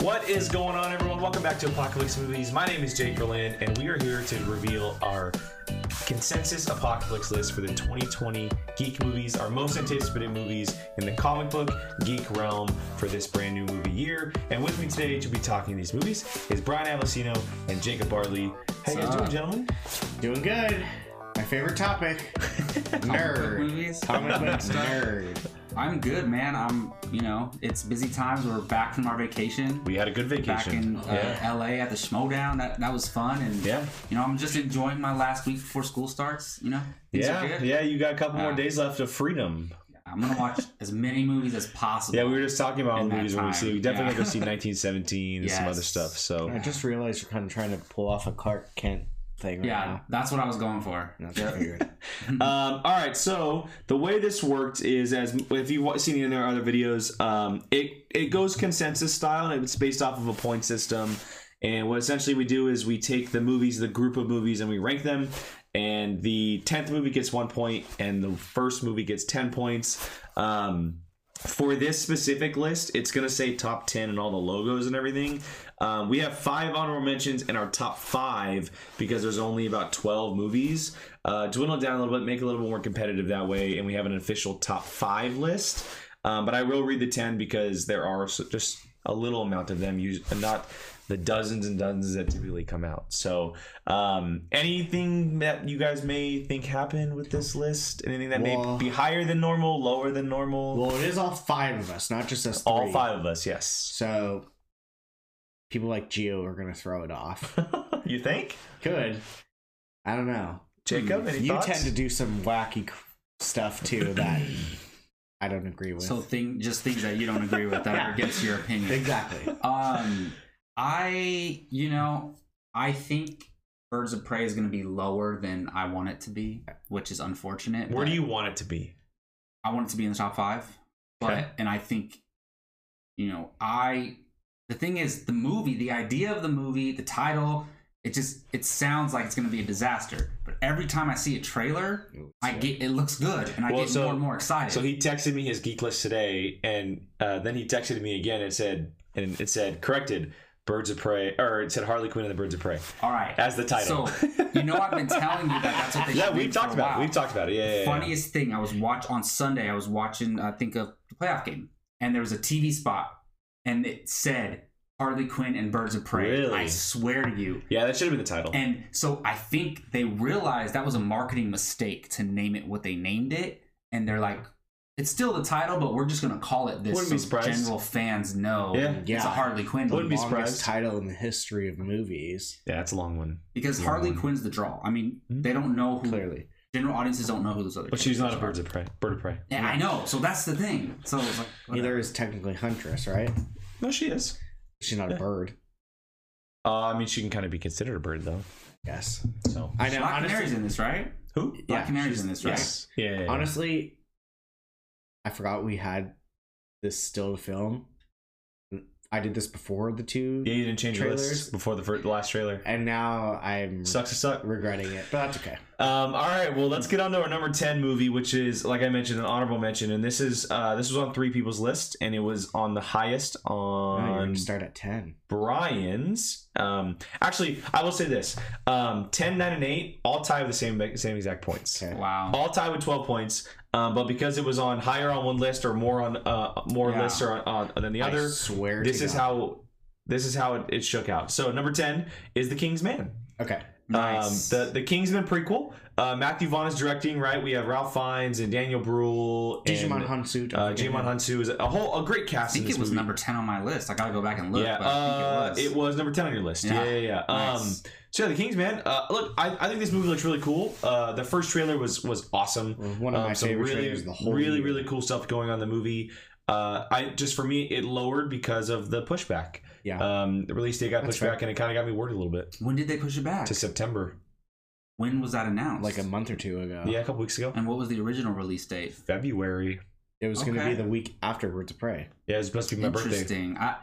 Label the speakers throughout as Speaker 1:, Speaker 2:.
Speaker 1: What is going on, everyone? Welcome back to Apocalypse Movies. My name is Jake Berlin, and we are here to reveal our consensus apocalypse list for the 2020 geek movies, our most anticipated movies in the comic book geek realm for this brand new movie year. And with me today to be talking these movies is Brian Avellino and Jacob Barley. How you guys doing, gentlemen?
Speaker 2: Doing good. My favorite topic.
Speaker 3: Comic
Speaker 2: Nerd.
Speaker 3: movies.
Speaker 2: Comic book
Speaker 3: Stuff.
Speaker 2: nerd.
Speaker 3: I'm good, man. I'm, you know, it's busy times. We're back from our vacation.
Speaker 1: We had a good
Speaker 3: Back
Speaker 1: vacation. Oh,
Speaker 3: in uh,
Speaker 1: yeah.
Speaker 3: LA at the Schmodown. That that was fun, and
Speaker 1: Yeah.
Speaker 3: you know, I'm just enjoying my last week before school starts. You know, Things are
Speaker 1: Yeah,
Speaker 3: good.
Speaker 1: yeah, you got a couple more
Speaker 3: Uh,
Speaker 1: days left of freedom.
Speaker 3: I'm gonna watch as many movies as possible.
Speaker 1: Yeah, we were just talking about all
Speaker 3: In
Speaker 1: the
Speaker 3: that
Speaker 1: movies we're going to
Speaker 3: time,
Speaker 1: see. We definitely
Speaker 3: yeah.
Speaker 1: got to see 1917 and some
Speaker 3: Yes.
Speaker 1: other stuff. So
Speaker 2: I just realized you're kind of trying to pull off a Clark Kent thing right
Speaker 3: yeah, that's what I was going for.
Speaker 2: now. That's what I figured.
Speaker 1: Um, all right, so the way this worked is as if you've wa- seen any of our other videos, um, it it goes consensus style and it's based off of a point system. And what essentially we do is we take the movies, the group of movies, and we rank them. And the tenth movie gets one point, and the first movie gets ten points. Um, for this specific list, it's gonna say top ten and all the logos and everything. Um, we have five honorable mentions in our top five because there's only about twelve movies. Uh, dwindle it down a little bit, make it a little more competitive that way, and we have an official top five list. Um, but I will read the ten because there are s- just a little amount of them, us- and not the dozens and dozens that typically come out. So, um, anything that you guys may think happened with this list, anything that
Speaker 2: Well-
Speaker 1: may be higher than normal, lower than normal.
Speaker 2: Well, it is all five of us, not just us three.
Speaker 1: All five of us, yes.
Speaker 2: So people like Geo are going to throw it off.
Speaker 1: you think,
Speaker 2: Could. I don't know.
Speaker 1: Jacob? Any
Speaker 2: You
Speaker 1: thoughts?
Speaker 2: tend to do some wacky c- stuff too that I don't agree with.
Speaker 3: So thing, just things that you don't agree with that are against your opinion.
Speaker 2: exactly.
Speaker 3: Um, I, you know, I think Birds of Prey is gonna be lower than I want it to be, which is unfortunate.
Speaker 1: Where
Speaker 3: but-
Speaker 1: do you want it to be?
Speaker 3: I want it to be in the top five. But
Speaker 1: Okay.
Speaker 3: and I think, you know, I the thing is the movie, the idea of the movie, the title, it just it sounds like it's gonna be a disaster. But every time I see a trailer, I get it looks good and I
Speaker 1: Well,
Speaker 3: get
Speaker 1: so-
Speaker 3: more and more excited.
Speaker 1: So he texted me his geek list today, and uh, then he texted me again and said, and it said corrected, Birds of Prey, or it said Harley Quinn and the Birds of Prey
Speaker 3: All right.
Speaker 1: as the title.
Speaker 3: So you know I've been telling you that that's what they
Speaker 1: yeah,
Speaker 3: should do
Speaker 1: we've
Speaker 3: for
Speaker 1: talked
Speaker 3: a
Speaker 1: about it.
Speaker 3: while.
Speaker 1: We've talked about it. Yeah, yeah, yeah.
Speaker 3: funniest thing I was watch on Sunday. I was watching, I think of the playoff game, and there was a TV spot, and it said Harley Quinn and Birds of Prey.
Speaker 1: Really?
Speaker 3: I swear to you.
Speaker 1: Yeah, that should have been the title.
Speaker 3: And so I think they realized that was a marketing mistake to name it what they named it, and they're like, "It's still the title, but we're just gonna call it this
Speaker 1: Wouldn't be
Speaker 3: so
Speaker 1: surprised.
Speaker 3: general fans know
Speaker 1: Yeah.
Speaker 3: it's a Harley Quinn
Speaker 1: Wouldn't
Speaker 3: movie
Speaker 1: be
Speaker 2: longest
Speaker 1: surprised.
Speaker 2: title in the history of movies.
Speaker 1: yeah, it's a long one.
Speaker 3: because Harley Quinn's the draw. I mean,
Speaker 1: Mhm.
Speaker 3: they don't know who
Speaker 2: Clearly.
Speaker 3: general audiences don't know who those other.
Speaker 1: But she's not a
Speaker 3: characters are.
Speaker 1: Birds of Prey. Bird of Prey.
Speaker 3: Yeah, I know. So that's the thing. So it's like,
Speaker 2: Neither is technically Huntress, right?
Speaker 1: No, she is.
Speaker 2: She's not a bird.
Speaker 1: Uh, I mean, she can kind of be considered a bird though.
Speaker 2: Yes.
Speaker 1: So
Speaker 2: I know.
Speaker 3: Black Canary's
Speaker 2: Honestly,
Speaker 3: in this, right?
Speaker 1: who?
Speaker 3: Black
Speaker 2: Yeah,
Speaker 3: Canary's in this, right?
Speaker 1: Yes. Yeah. yeah, yeah.
Speaker 2: honestly, I forgot we had this still to film. I did this before the two,
Speaker 1: Yeah, you didn't change your
Speaker 2: Trailers.
Speaker 1: list before the, fir- the last trailer.
Speaker 2: and now I'm
Speaker 1: Sucks to suck.
Speaker 2: regretting it. But that's okay.
Speaker 1: Um, all right, well, let's get on to our number ten movie, which is, like I mentioned, an honorable mention, and this is uh, this was on three people's list, and it was on the highest
Speaker 2: Now you're
Speaker 1: on
Speaker 2: gonna start at ten.
Speaker 1: Brian's. Um, actually, I will say this: um, 10, 9, and eight all tie with the same same exact points,
Speaker 2: Okay.
Speaker 3: Wow.
Speaker 1: all tie with twelve points. Um, but because it was on higher on one list or more on uh, more
Speaker 3: Yeah.
Speaker 1: lists or on, on than the
Speaker 2: I
Speaker 1: other,
Speaker 2: swear.
Speaker 1: this
Speaker 2: to
Speaker 1: is
Speaker 2: God.
Speaker 1: how this is how it, it shook out. So number ten is The King's Man.
Speaker 2: Okay.
Speaker 3: Nice.
Speaker 1: Um, the the Kingsman prequel. Uh, Matthew Vaughn is directing. Right, we have Ralph Fiennes and Daniel Bruhl.
Speaker 2: Digimon
Speaker 1: and,
Speaker 2: Hunsu.
Speaker 1: Uh, Digimon Hunsu is a whole a great
Speaker 3: I
Speaker 1: cast. in
Speaker 3: think
Speaker 1: this
Speaker 3: it was
Speaker 1: movie.
Speaker 3: number ten on my list. I gotta go back and look.
Speaker 1: Yeah,
Speaker 3: but I
Speaker 1: uh,
Speaker 3: think it was.
Speaker 1: number ten on your list. Yeah,
Speaker 3: Yeah.
Speaker 1: yeah, yeah.
Speaker 2: Uh,
Speaker 3: Nice.
Speaker 1: Um, so yeah, the Kingsman. Uh, look, I, I think this movie looks really cool. Uh, the first trailer was was awesome.
Speaker 2: One of my
Speaker 1: Um, some
Speaker 2: favorite
Speaker 1: really,
Speaker 2: trailers of the whole
Speaker 1: really,
Speaker 2: year.
Speaker 1: really cool stuff going on in the movie. Uh, I just for me, it lowered because of the pushback.
Speaker 2: Yeah.
Speaker 1: Um, the release date got
Speaker 2: That's
Speaker 1: pushed
Speaker 2: fair.
Speaker 1: back, and it kind of got me worried a little bit
Speaker 3: when did they push it back?
Speaker 1: to September.
Speaker 3: When was that announced?
Speaker 2: like a month or two ago.
Speaker 1: Yeah, a couple weeks ago.
Speaker 3: And what was the original release date?
Speaker 1: February.
Speaker 2: It was gonna
Speaker 3: Okay.
Speaker 2: be the week after Birds of Prey.
Speaker 1: Yeah, it's supposed to be my birthday.
Speaker 3: Interesting. I,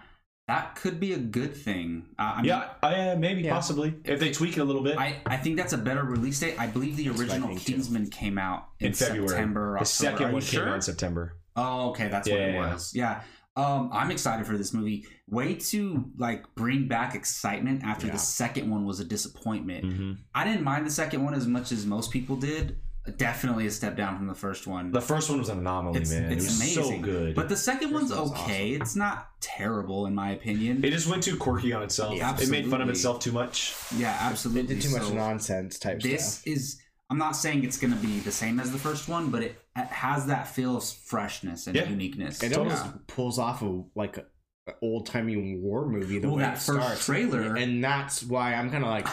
Speaker 3: that could be a good thing. Uh, I mean,
Speaker 1: yeah, I, uh, maybe
Speaker 2: Yeah.
Speaker 1: possibly if they tweak it a little bit
Speaker 3: I, I think that's a better release date. I believe the
Speaker 2: what I
Speaker 3: original
Speaker 2: think, too.
Speaker 3: Kingsman came out in,
Speaker 1: in February.
Speaker 3: September. Or
Speaker 1: the
Speaker 3: October.
Speaker 1: second
Speaker 3: Are
Speaker 1: one
Speaker 3: you
Speaker 1: came out
Speaker 3: sure?
Speaker 1: in September.
Speaker 3: Oh, okay, that's what
Speaker 1: Yeah,
Speaker 3: it
Speaker 1: yeah, yeah.
Speaker 3: was. Yeah, Um, I'm excited for this movie. Way to like bring back excitement after
Speaker 2: Yeah.
Speaker 3: the second one was a disappointment.
Speaker 1: Mm-hmm.
Speaker 3: I didn't mind the second one as much as most people did. Definitely a step down from the first one.
Speaker 1: The first one was an anomaly,
Speaker 3: it's
Speaker 1: man.
Speaker 3: it's
Speaker 1: it was
Speaker 3: amazing,
Speaker 1: so good.
Speaker 3: but the second
Speaker 2: First
Speaker 3: one's
Speaker 2: one's
Speaker 3: okay. It's not terrible in my opinion.
Speaker 1: it just went too quirky on itself.
Speaker 3: Yeah,
Speaker 1: it made fun of
Speaker 3: absolutely.
Speaker 1: itself too much.
Speaker 3: yeah,
Speaker 2: They
Speaker 3: absolutely.
Speaker 2: did too much
Speaker 3: So-
Speaker 2: nonsense type
Speaker 3: this
Speaker 2: stuff.
Speaker 3: is i'm not saying it's going to be the same as the first one but it, it has that feel of freshness and
Speaker 1: Yeah.
Speaker 3: uniqueness
Speaker 2: It
Speaker 1: Totally.
Speaker 2: almost pulls off of like an old timey war movie the
Speaker 3: well
Speaker 2: way
Speaker 3: that
Speaker 2: it
Speaker 3: first Ah,
Speaker 2: starts,
Speaker 3: trailer
Speaker 2: and that's why I'm kind of like,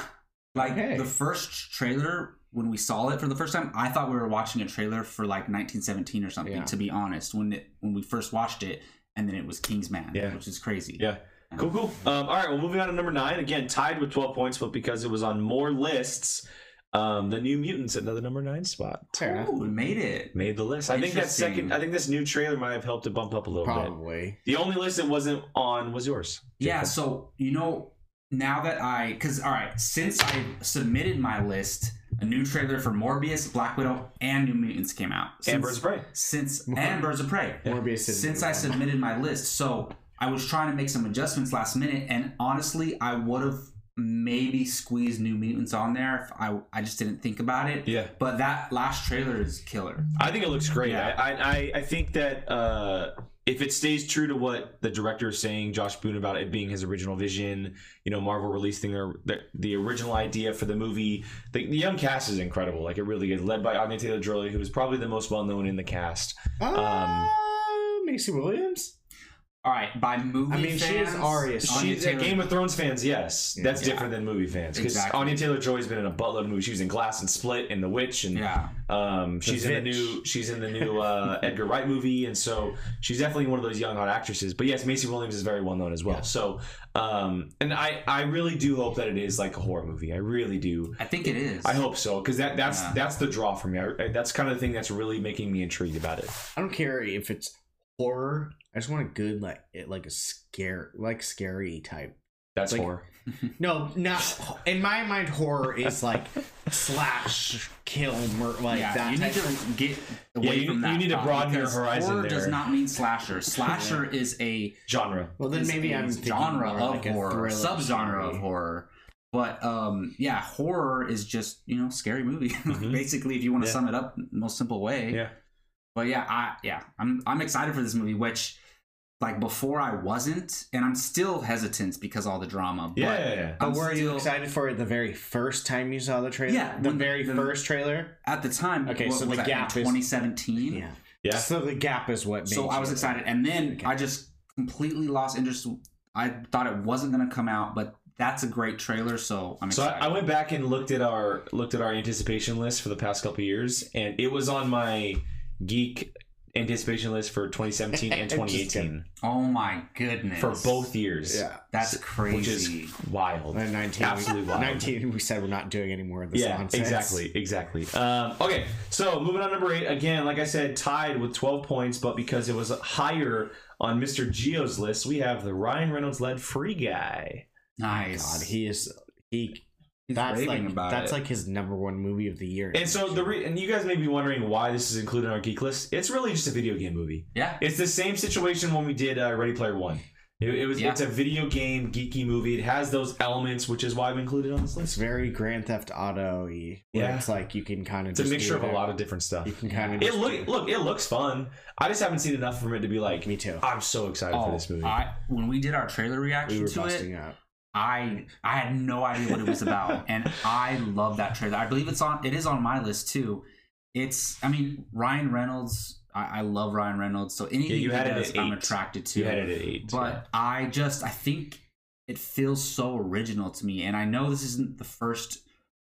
Speaker 3: like
Speaker 2: okay.
Speaker 3: the first trailer when we saw it for the first time i thought we were watching a trailer for like 1917 or something
Speaker 2: Yeah.
Speaker 3: to be honest when it when we first watched it and then it was kingsman
Speaker 1: Yeah.
Speaker 3: which is crazy
Speaker 1: Yeah. Cool, cool. Um, all right, well, moving on to number nine. Again, tied with 12 points, but because it was on more lists, um, the New Mutants at another number nine spot.
Speaker 2: fair enough,
Speaker 3: Ooh, we made it
Speaker 1: Made the list. I think that
Speaker 3: Interesting.
Speaker 1: second, I think this new trailer might have helped it bump up a little bit.
Speaker 2: probably.
Speaker 1: The only list that wasn't on was yours.
Speaker 3: yeah
Speaker 1: Jacob.
Speaker 3: so you know now that i because all right since i submitted my list a new trailer for morbius black widow and new mutants came out since,
Speaker 1: Amber's Prey.
Speaker 3: since and birds of prey
Speaker 2: Morbius is
Speaker 3: since I submitted my list. So I was trying to make some adjustments last minute, and honestly, I would have maybe squeezed New Mutants on there if I I just didn't think about it.
Speaker 1: Yeah.
Speaker 3: But that last trailer is killer.
Speaker 1: I think it looks great.
Speaker 3: Yeah.
Speaker 1: I, I, I- I think that uh, if it stays true to what the director is saying, Josh Boone, about it being his original vision, you know, Marvel releasing their, their the original idea for the movie. The, the young cast is incredible. Like it really is led by Anya Taylor Joy, who is probably the most well known in the cast.
Speaker 2: uh,
Speaker 3: Um,
Speaker 2: Macy Williams.
Speaker 3: All right, by movie
Speaker 2: I mean, she
Speaker 3: fans,
Speaker 2: is Arya.
Speaker 3: Anya
Speaker 1: She's a
Speaker 3: Taylor-
Speaker 1: Game of Thrones fans, yes. That's
Speaker 3: Yeah.
Speaker 1: different than movie fans because
Speaker 3: Exactly.
Speaker 1: Anya Taylor Joy's been in a buttload of movies. She was in Glass and Split and The Witch and
Speaker 3: Yeah,
Speaker 1: Um, she's in the
Speaker 2: Vitch.
Speaker 1: new she's in the new uh, Edgar Wright movie, and so she's definitely one of those young hot actresses. But yes, Macy Williams is very well known as well. So, um, and I I really do hope that it is like a horror movie. I really do.
Speaker 3: I think it is.
Speaker 1: I hope so because that that's
Speaker 3: Yeah.
Speaker 1: that's the draw for me. I, that's kind of the thing that's really making me intrigued about it.
Speaker 2: I don't care if it's horror. I just want a good like it, like a scare like scary type.
Speaker 1: That's
Speaker 2: Like-
Speaker 1: horror.
Speaker 2: No, not in my mind. Horror is like slash kill mur- like
Speaker 3: yeah,
Speaker 2: that.
Speaker 3: you
Speaker 2: type
Speaker 3: need to get away
Speaker 1: Yeah, you-
Speaker 3: from that.
Speaker 1: you need to
Speaker 3: thought,
Speaker 1: broaden your
Speaker 3: because
Speaker 1: horizon
Speaker 3: Horror does
Speaker 1: there.
Speaker 3: not mean slasher. Slasher is a
Speaker 1: Genre.
Speaker 2: well, then
Speaker 3: is
Speaker 2: maybe
Speaker 3: a
Speaker 2: I'm thinking
Speaker 3: genre
Speaker 2: more
Speaker 3: of
Speaker 2: like a
Speaker 3: horror,
Speaker 2: thriller
Speaker 3: subgenre
Speaker 2: movie.
Speaker 3: of horror. But um, yeah, horror is just you know scary movie.
Speaker 1: Mhm.
Speaker 3: Basically, if you want to
Speaker 1: Yeah.
Speaker 3: sum it up, most simple way.
Speaker 1: Yeah.
Speaker 3: But yeah, I yeah, I'm I'm excited for this movie, which like before I wasn't, and I'm still hesitant because all the drama.
Speaker 1: Yeah.
Speaker 3: But
Speaker 1: yeah, yeah.
Speaker 2: But
Speaker 3: I'm
Speaker 2: were you
Speaker 3: still-
Speaker 2: excited for it the very first time you saw the trailer?
Speaker 3: Yeah,
Speaker 2: the
Speaker 3: when the-
Speaker 2: very
Speaker 3: the-
Speaker 2: first trailer.
Speaker 3: at the time,
Speaker 2: Okay,
Speaker 3: what
Speaker 2: so
Speaker 3: was
Speaker 2: the
Speaker 3: that,
Speaker 2: gap is-
Speaker 3: 2017.
Speaker 2: Yeah.
Speaker 1: Yeah.
Speaker 2: So the gap is what. Made
Speaker 3: So I
Speaker 2: you-
Speaker 3: was excited, and then
Speaker 2: Okay.
Speaker 3: I just completely lost interest. I thought it wasn't going to come out, but that's a great trailer, so I'm
Speaker 1: So
Speaker 3: excited.
Speaker 1: I, I went back and looked at our looked at our anticipation list for the past couple of years, and it was on my geek anticipation list for 2017 and
Speaker 2: Just
Speaker 1: 2018
Speaker 3: oh my goodness!
Speaker 1: for both years.
Speaker 2: Yeah.
Speaker 3: That's crazy.
Speaker 1: which is wild.
Speaker 2: And 19,
Speaker 1: Absolutely wild.
Speaker 2: 19 we said we're not doing any more of this
Speaker 1: Yeah,
Speaker 2: nonsense.
Speaker 1: exactly, exactly. Um, okay, so moving on to number eight again. Like I said, tied with twelve points, but because it was higher on Mr. Geo's list, we have the Ryan Reynolds led Free Guy.
Speaker 3: nice.
Speaker 2: God, he is he.
Speaker 3: He's
Speaker 2: that's
Speaker 3: raving
Speaker 2: like
Speaker 3: about
Speaker 2: that's
Speaker 3: it.
Speaker 2: like his number one movie of the year.
Speaker 1: And so the re- and you guys may be wondering why this is included on our geek list. It's really just a video game movie.
Speaker 3: yeah.
Speaker 1: It's the same situation when we did uh, Ready Player One. It, it was
Speaker 3: Yeah.
Speaker 1: it's a video game geeky movie. It has those elements, which is why I've included on this
Speaker 2: it's
Speaker 1: list.
Speaker 2: very Grand Theft Auto. y
Speaker 1: Yeah.
Speaker 2: Yeah, it's like you can kind of.
Speaker 1: It's a mixture of a lot of different stuff.
Speaker 2: You can kind of.
Speaker 1: It look look it looks fun. I just haven't seen enough from it to be like
Speaker 2: Me too.
Speaker 1: I'm so excited for
Speaker 3: Oh,
Speaker 1: this movie.
Speaker 3: I, when we did our trailer
Speaker 2: We
Speaker 3: reaction
Speaker 2: were
Speaker 3: to it,
Speaker 2: busting up.
Speaker 3: I I had no idea what it was about, and I love that trailer. I believe it's on it is on my list too. It's I mean Ryan Reynolds. I, I love Ryan Reynolds, so anything
Speaker 1: you
Speaker 3: he
Speaker 1: had it
Speaker 3: does,
Speaker 1: at
Speaker 3: I'm
Speaker 1: eight.
Speaker 3: attracted to.
Speaker 1: you had it at eight,
Speaker 3: but I just I think it feels so original to me, and I know this isn't the first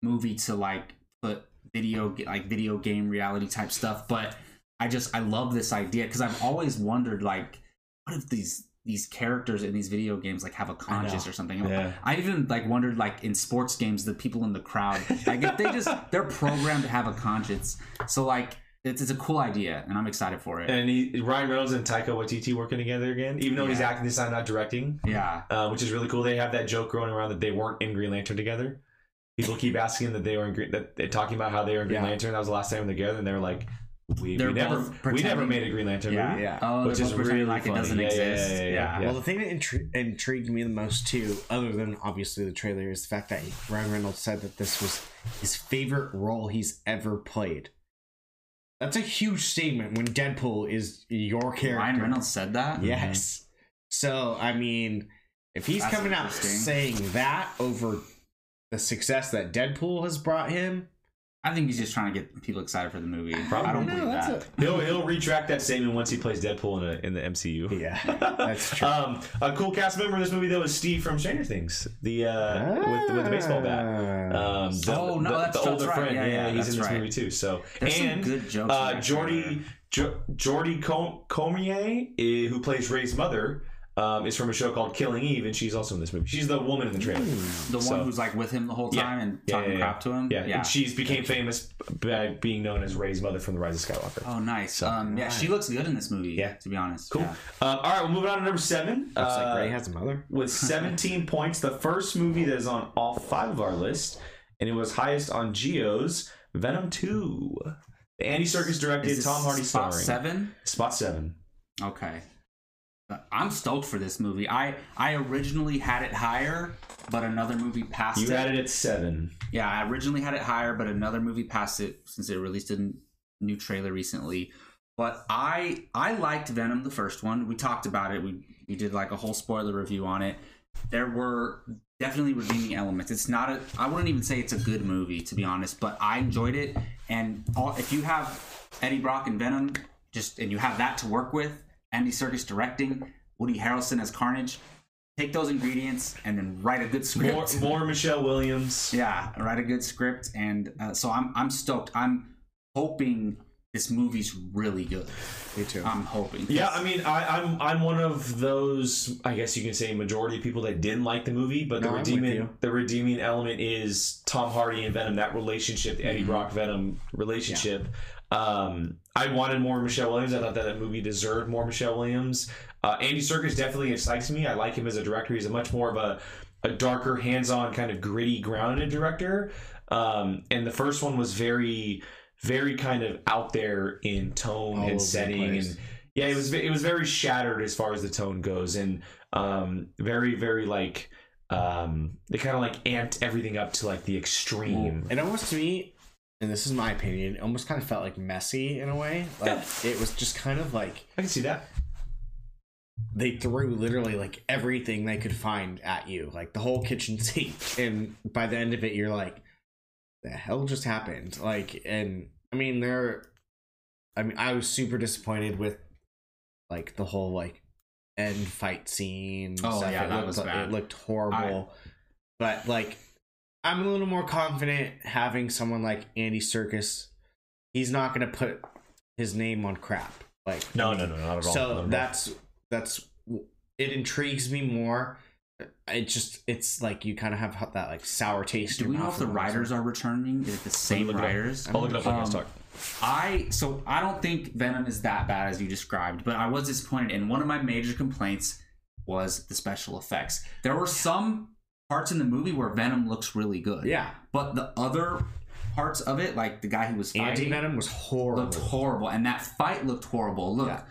Speaker 3: movie to like put video like video game reality type stuff, but I just I love this idea because I've always wondered like what if these these characters in these video games like have a conscience or something.
Speaker 1: Yeah.
Speaker 3: I even like wondered like in sports games the people in the crowd like if they just they're programmed to have a conscience. So like it's, it's a cool idea and I'm excited for it.
Speaker 1: and he, Ryan Reynolds and Taika Waititi working together again, even though he's
Speaker 3: Yeah.
Speaker 1: acting this time, not directing,
Speaker 3: yeah.
Speaker 1: uh, which is really cool. They have that joke going around that they weren't in Green Lantern together. People keep asking that they were in Green, that they're talking about how they were in Green
Speaker 2: Yeah.
Speaker 1: Lantern. That was the last time they were together, and they're like, we,
Speaker 3: They're
Speaker 1: we never
Speaker 3: both
Speaker 1: we never
Speaker 3: pretending-
Speaker 1: made a Green Lantern
Speaker 3: yeah.
Speaker 1: movie.
Speaker 2: Yeah.
Speaker 3: Oh,
Speaker 1: Which
Speaker 3: they're
Speaker 1: is
Speaker 3: both
Speaker 1: really
Speaker 3: pretending like
Speaker 1: funny.
Speaker 3: it doesn't
Speaker 1: Yeah, yeah,
Speaker 3: exist.
Speaker 1: yeah, yeah, yeah.
Speaker 2: Well, the thing that intri- intrigued me the most too, other than obviously the trailer, is the fact that Ryan Reynolds said that this was his favorite role he's ever played. That's a huge statement when Deadpool is your character.
Speaker 3: Ryan Reynolds said that.
Speaker 2: Yes. So I mean, if he's
Speaker 3: That's
Speaker 2: coming out
Speaker 3: interesting.
Speaker 2: saying that over the success that Deadpool has brought him,
Speaker 3: I think he's just trying to get people excited for the movie.
Speaker 1: Probably.
Speaker 3: I don't
Speaker 2: No,
Speaker 3: believe
Speaker 2: that's
Speaker 3: that.
Speaker 1: He'll he'll retract that statement once he plays Deadpool in, a, in the MCU.
Speaker 2: yeah, that's true.
Speaker 1: Um, a cool cast member in this movie though is Steve from Stranger Things, the uh, with, with the baseball
Speaker 2: Ah.
Speaker 1: bat. Um, the,
Speaker 3: Oh, no,
Speaker 1: the-
Speaker 3: that's-
Speaker 1: the
Speaker 3: that's
Speaker 1: older
Speaker 3: right.
Speaker 1: friend.
Speaker 3: Yeah,
Speaker 1: Yeah,
Speaker 3: yeah,
Speaker 1: he's
Speaker 3: that's
Speaker 1: in this
Speaker 3: right.
Speaker 1: movie too. So
Speaker 3: There's some
Speaker 1: and
Speaker 3: good jokes. in
Speaker 1: uh,
Speaker 3: that
Speaker 1: Jordy
Speaker 3: trailer.
Speaker 1: jo- Jordy Com- Cormier, eh, who plays Ray's mother, um, is from a show called Killing Eve, and she's also in this movie. She's the woman in the
Speaker 2: Hmm.
Speaker 1: trailer.
Speaker 3: the one
Speaker 1: so-
Speaker 3: who's like with him the whole
Speaker 1: Yeah.
Speaker 3: time and
Speaker 1: Yeah,
Speaker 3: talking
Speaker 1: yeah, yeah.
Speaker 3: crap to him.
Speaker 1: Yeah, and she's became famous by being known as Ray's mother from The Rise of Skywalker.
Speaker 3: Oh, nice. Um, yeah, she looks good in this movie.
Speaker 1: Yeah.
Speaker 3: to be honest.
Speaker 1: Cool.
Speaker 3: Yeah.
Speaker 1: Um, all right, we're moving on to number seven.
Speaker 2: Looks
Speaker 1: Uh,
Speaker 2: like Ray has a mother.
Speaker 1: with 17 points, the first movie that is on all five of our list, and it was highest on Geo's Venom 2. Andy Serkis directed,
Speaker 3: Is this
Speaker 1: Tom Hardy
Speaker 3: spot
Speaker 1: starring.
Speaker 3: seven?
Speaker 1: Spot seven.
Speaker 3: Okay. Uh, I'm stoked for this movie. I I originally had it higher, but another movie passed
Speaker 1: You
Speaker 3: it.
Speaker 1: had it at seven.
Speaker 3: Yeah, I originally had it higher, but another movie passed it since it released a n- new trailer recently. But I I liked Venom the first one. We talked about it. We we did like a whole spoiler review on it. There were definitely redeeming elements. It's not a I wouldn't even say it's a good movie to be honest, but I enjoyed it. And all, if you have Eddie Brock and Venom, just and you have that to work with, Andy Serkis directing, Woody Harrelson as Carnage, take those ingredients and then write a good script.
Speaker 1: More, more Michelle Williams.
Speaker 3: Yeah, write a good script, and uh, so I'm I'm stoked. I'm hoping this movie's really good.
Speaker 2: Me too.
Speaker 3: I'm hoping.
Speaker 1: Yeah, I mean, I, I'm I'm one of those. I guess you can say majority of people that didn't like the movie, but the
Speaker 2: No, I'm with
Speaker 1: redeeming
Speaker 2: you.
Speaker 1: the redeeming element is Tom Hardy and Venom. That relationship, the Eddie
Speaker 2: Mm-hmm.
Speaker 1: Brock Venom relationship. Um, I wanted more Michelle Williams. I thought that that movie deserved more Michelle Williams. Uh, Andy Serkis definitely excites me. I like him as a director. He's a much more of a a darker, hands-on kind of gritty, grounded director. Um, and the first one was very, very kind of out there in tone
Speaker 2: All over
Speaker 1: and
Speaker 2: the
Speaker 1: setting
Speaker 2: place.
Speaker 1: and yeah it was it was very shattered as far as the tone goes and um very very like um they kind of like amped everything up to like the extreme
Speaker 2: It almost to me, and this is my opinion, it almost kind of felt like messy in a way. Like it was just kind of like
Speaker 1: i can see that
Speaker 2: they threw literally like everything they could find at you, like the whole kitchen sink. And by the end of it, you're like, the hell just happened? Like, and I mean, there, I mean, I was super disappointed with like the whole like end fight scene. and
Speaker 3: Oh, yeah,
Speaker 2: it
Speaker 3: that
Speaker 2: looked,
Speaker 3: was
Speaker 2: like-
Speaker 3: bad.
Speaker 2: It looked horrible. But like, I'm a little more confident having someone like Andy Circus. He's not gonna put his name on crap. Like,
Speaker 1: no no no not at all Not at
Speaker 2: so
Speaker 1: all.
Speaker 2: that's that's it intrigues me more. It just it's like you kind of have that like sour taste.
Speaker 3: Do
Speaker 2: in
Speaker 3: we
Speaker 2: your
Speaker 3: know
Speaker 2: mouth
Speaker 3: if the
Speaker 2: for once.
Speaker 3: writers are returning? Is it the same
Speaker 1: look it up.
Speaker 3: writers?
Speaker 1: i'll look it up while you guys
Speaker 3: Um,
Speaker 1: talk
Speaker 3: I so I don't think Venom is that bad as you described, but I was disappointed. And one of my major complaints was the special effects. There were some parts in the movie where Venom looks really good.
Speaker 2: Yeah,
Speaker 3: but the other parts of it, like the guy who was fighting,
Speaker 2: Anti Venom was horrible.
Speaker 3: looked horrible, and that fight looked horrible. Look,
Speaker 2: Yeah.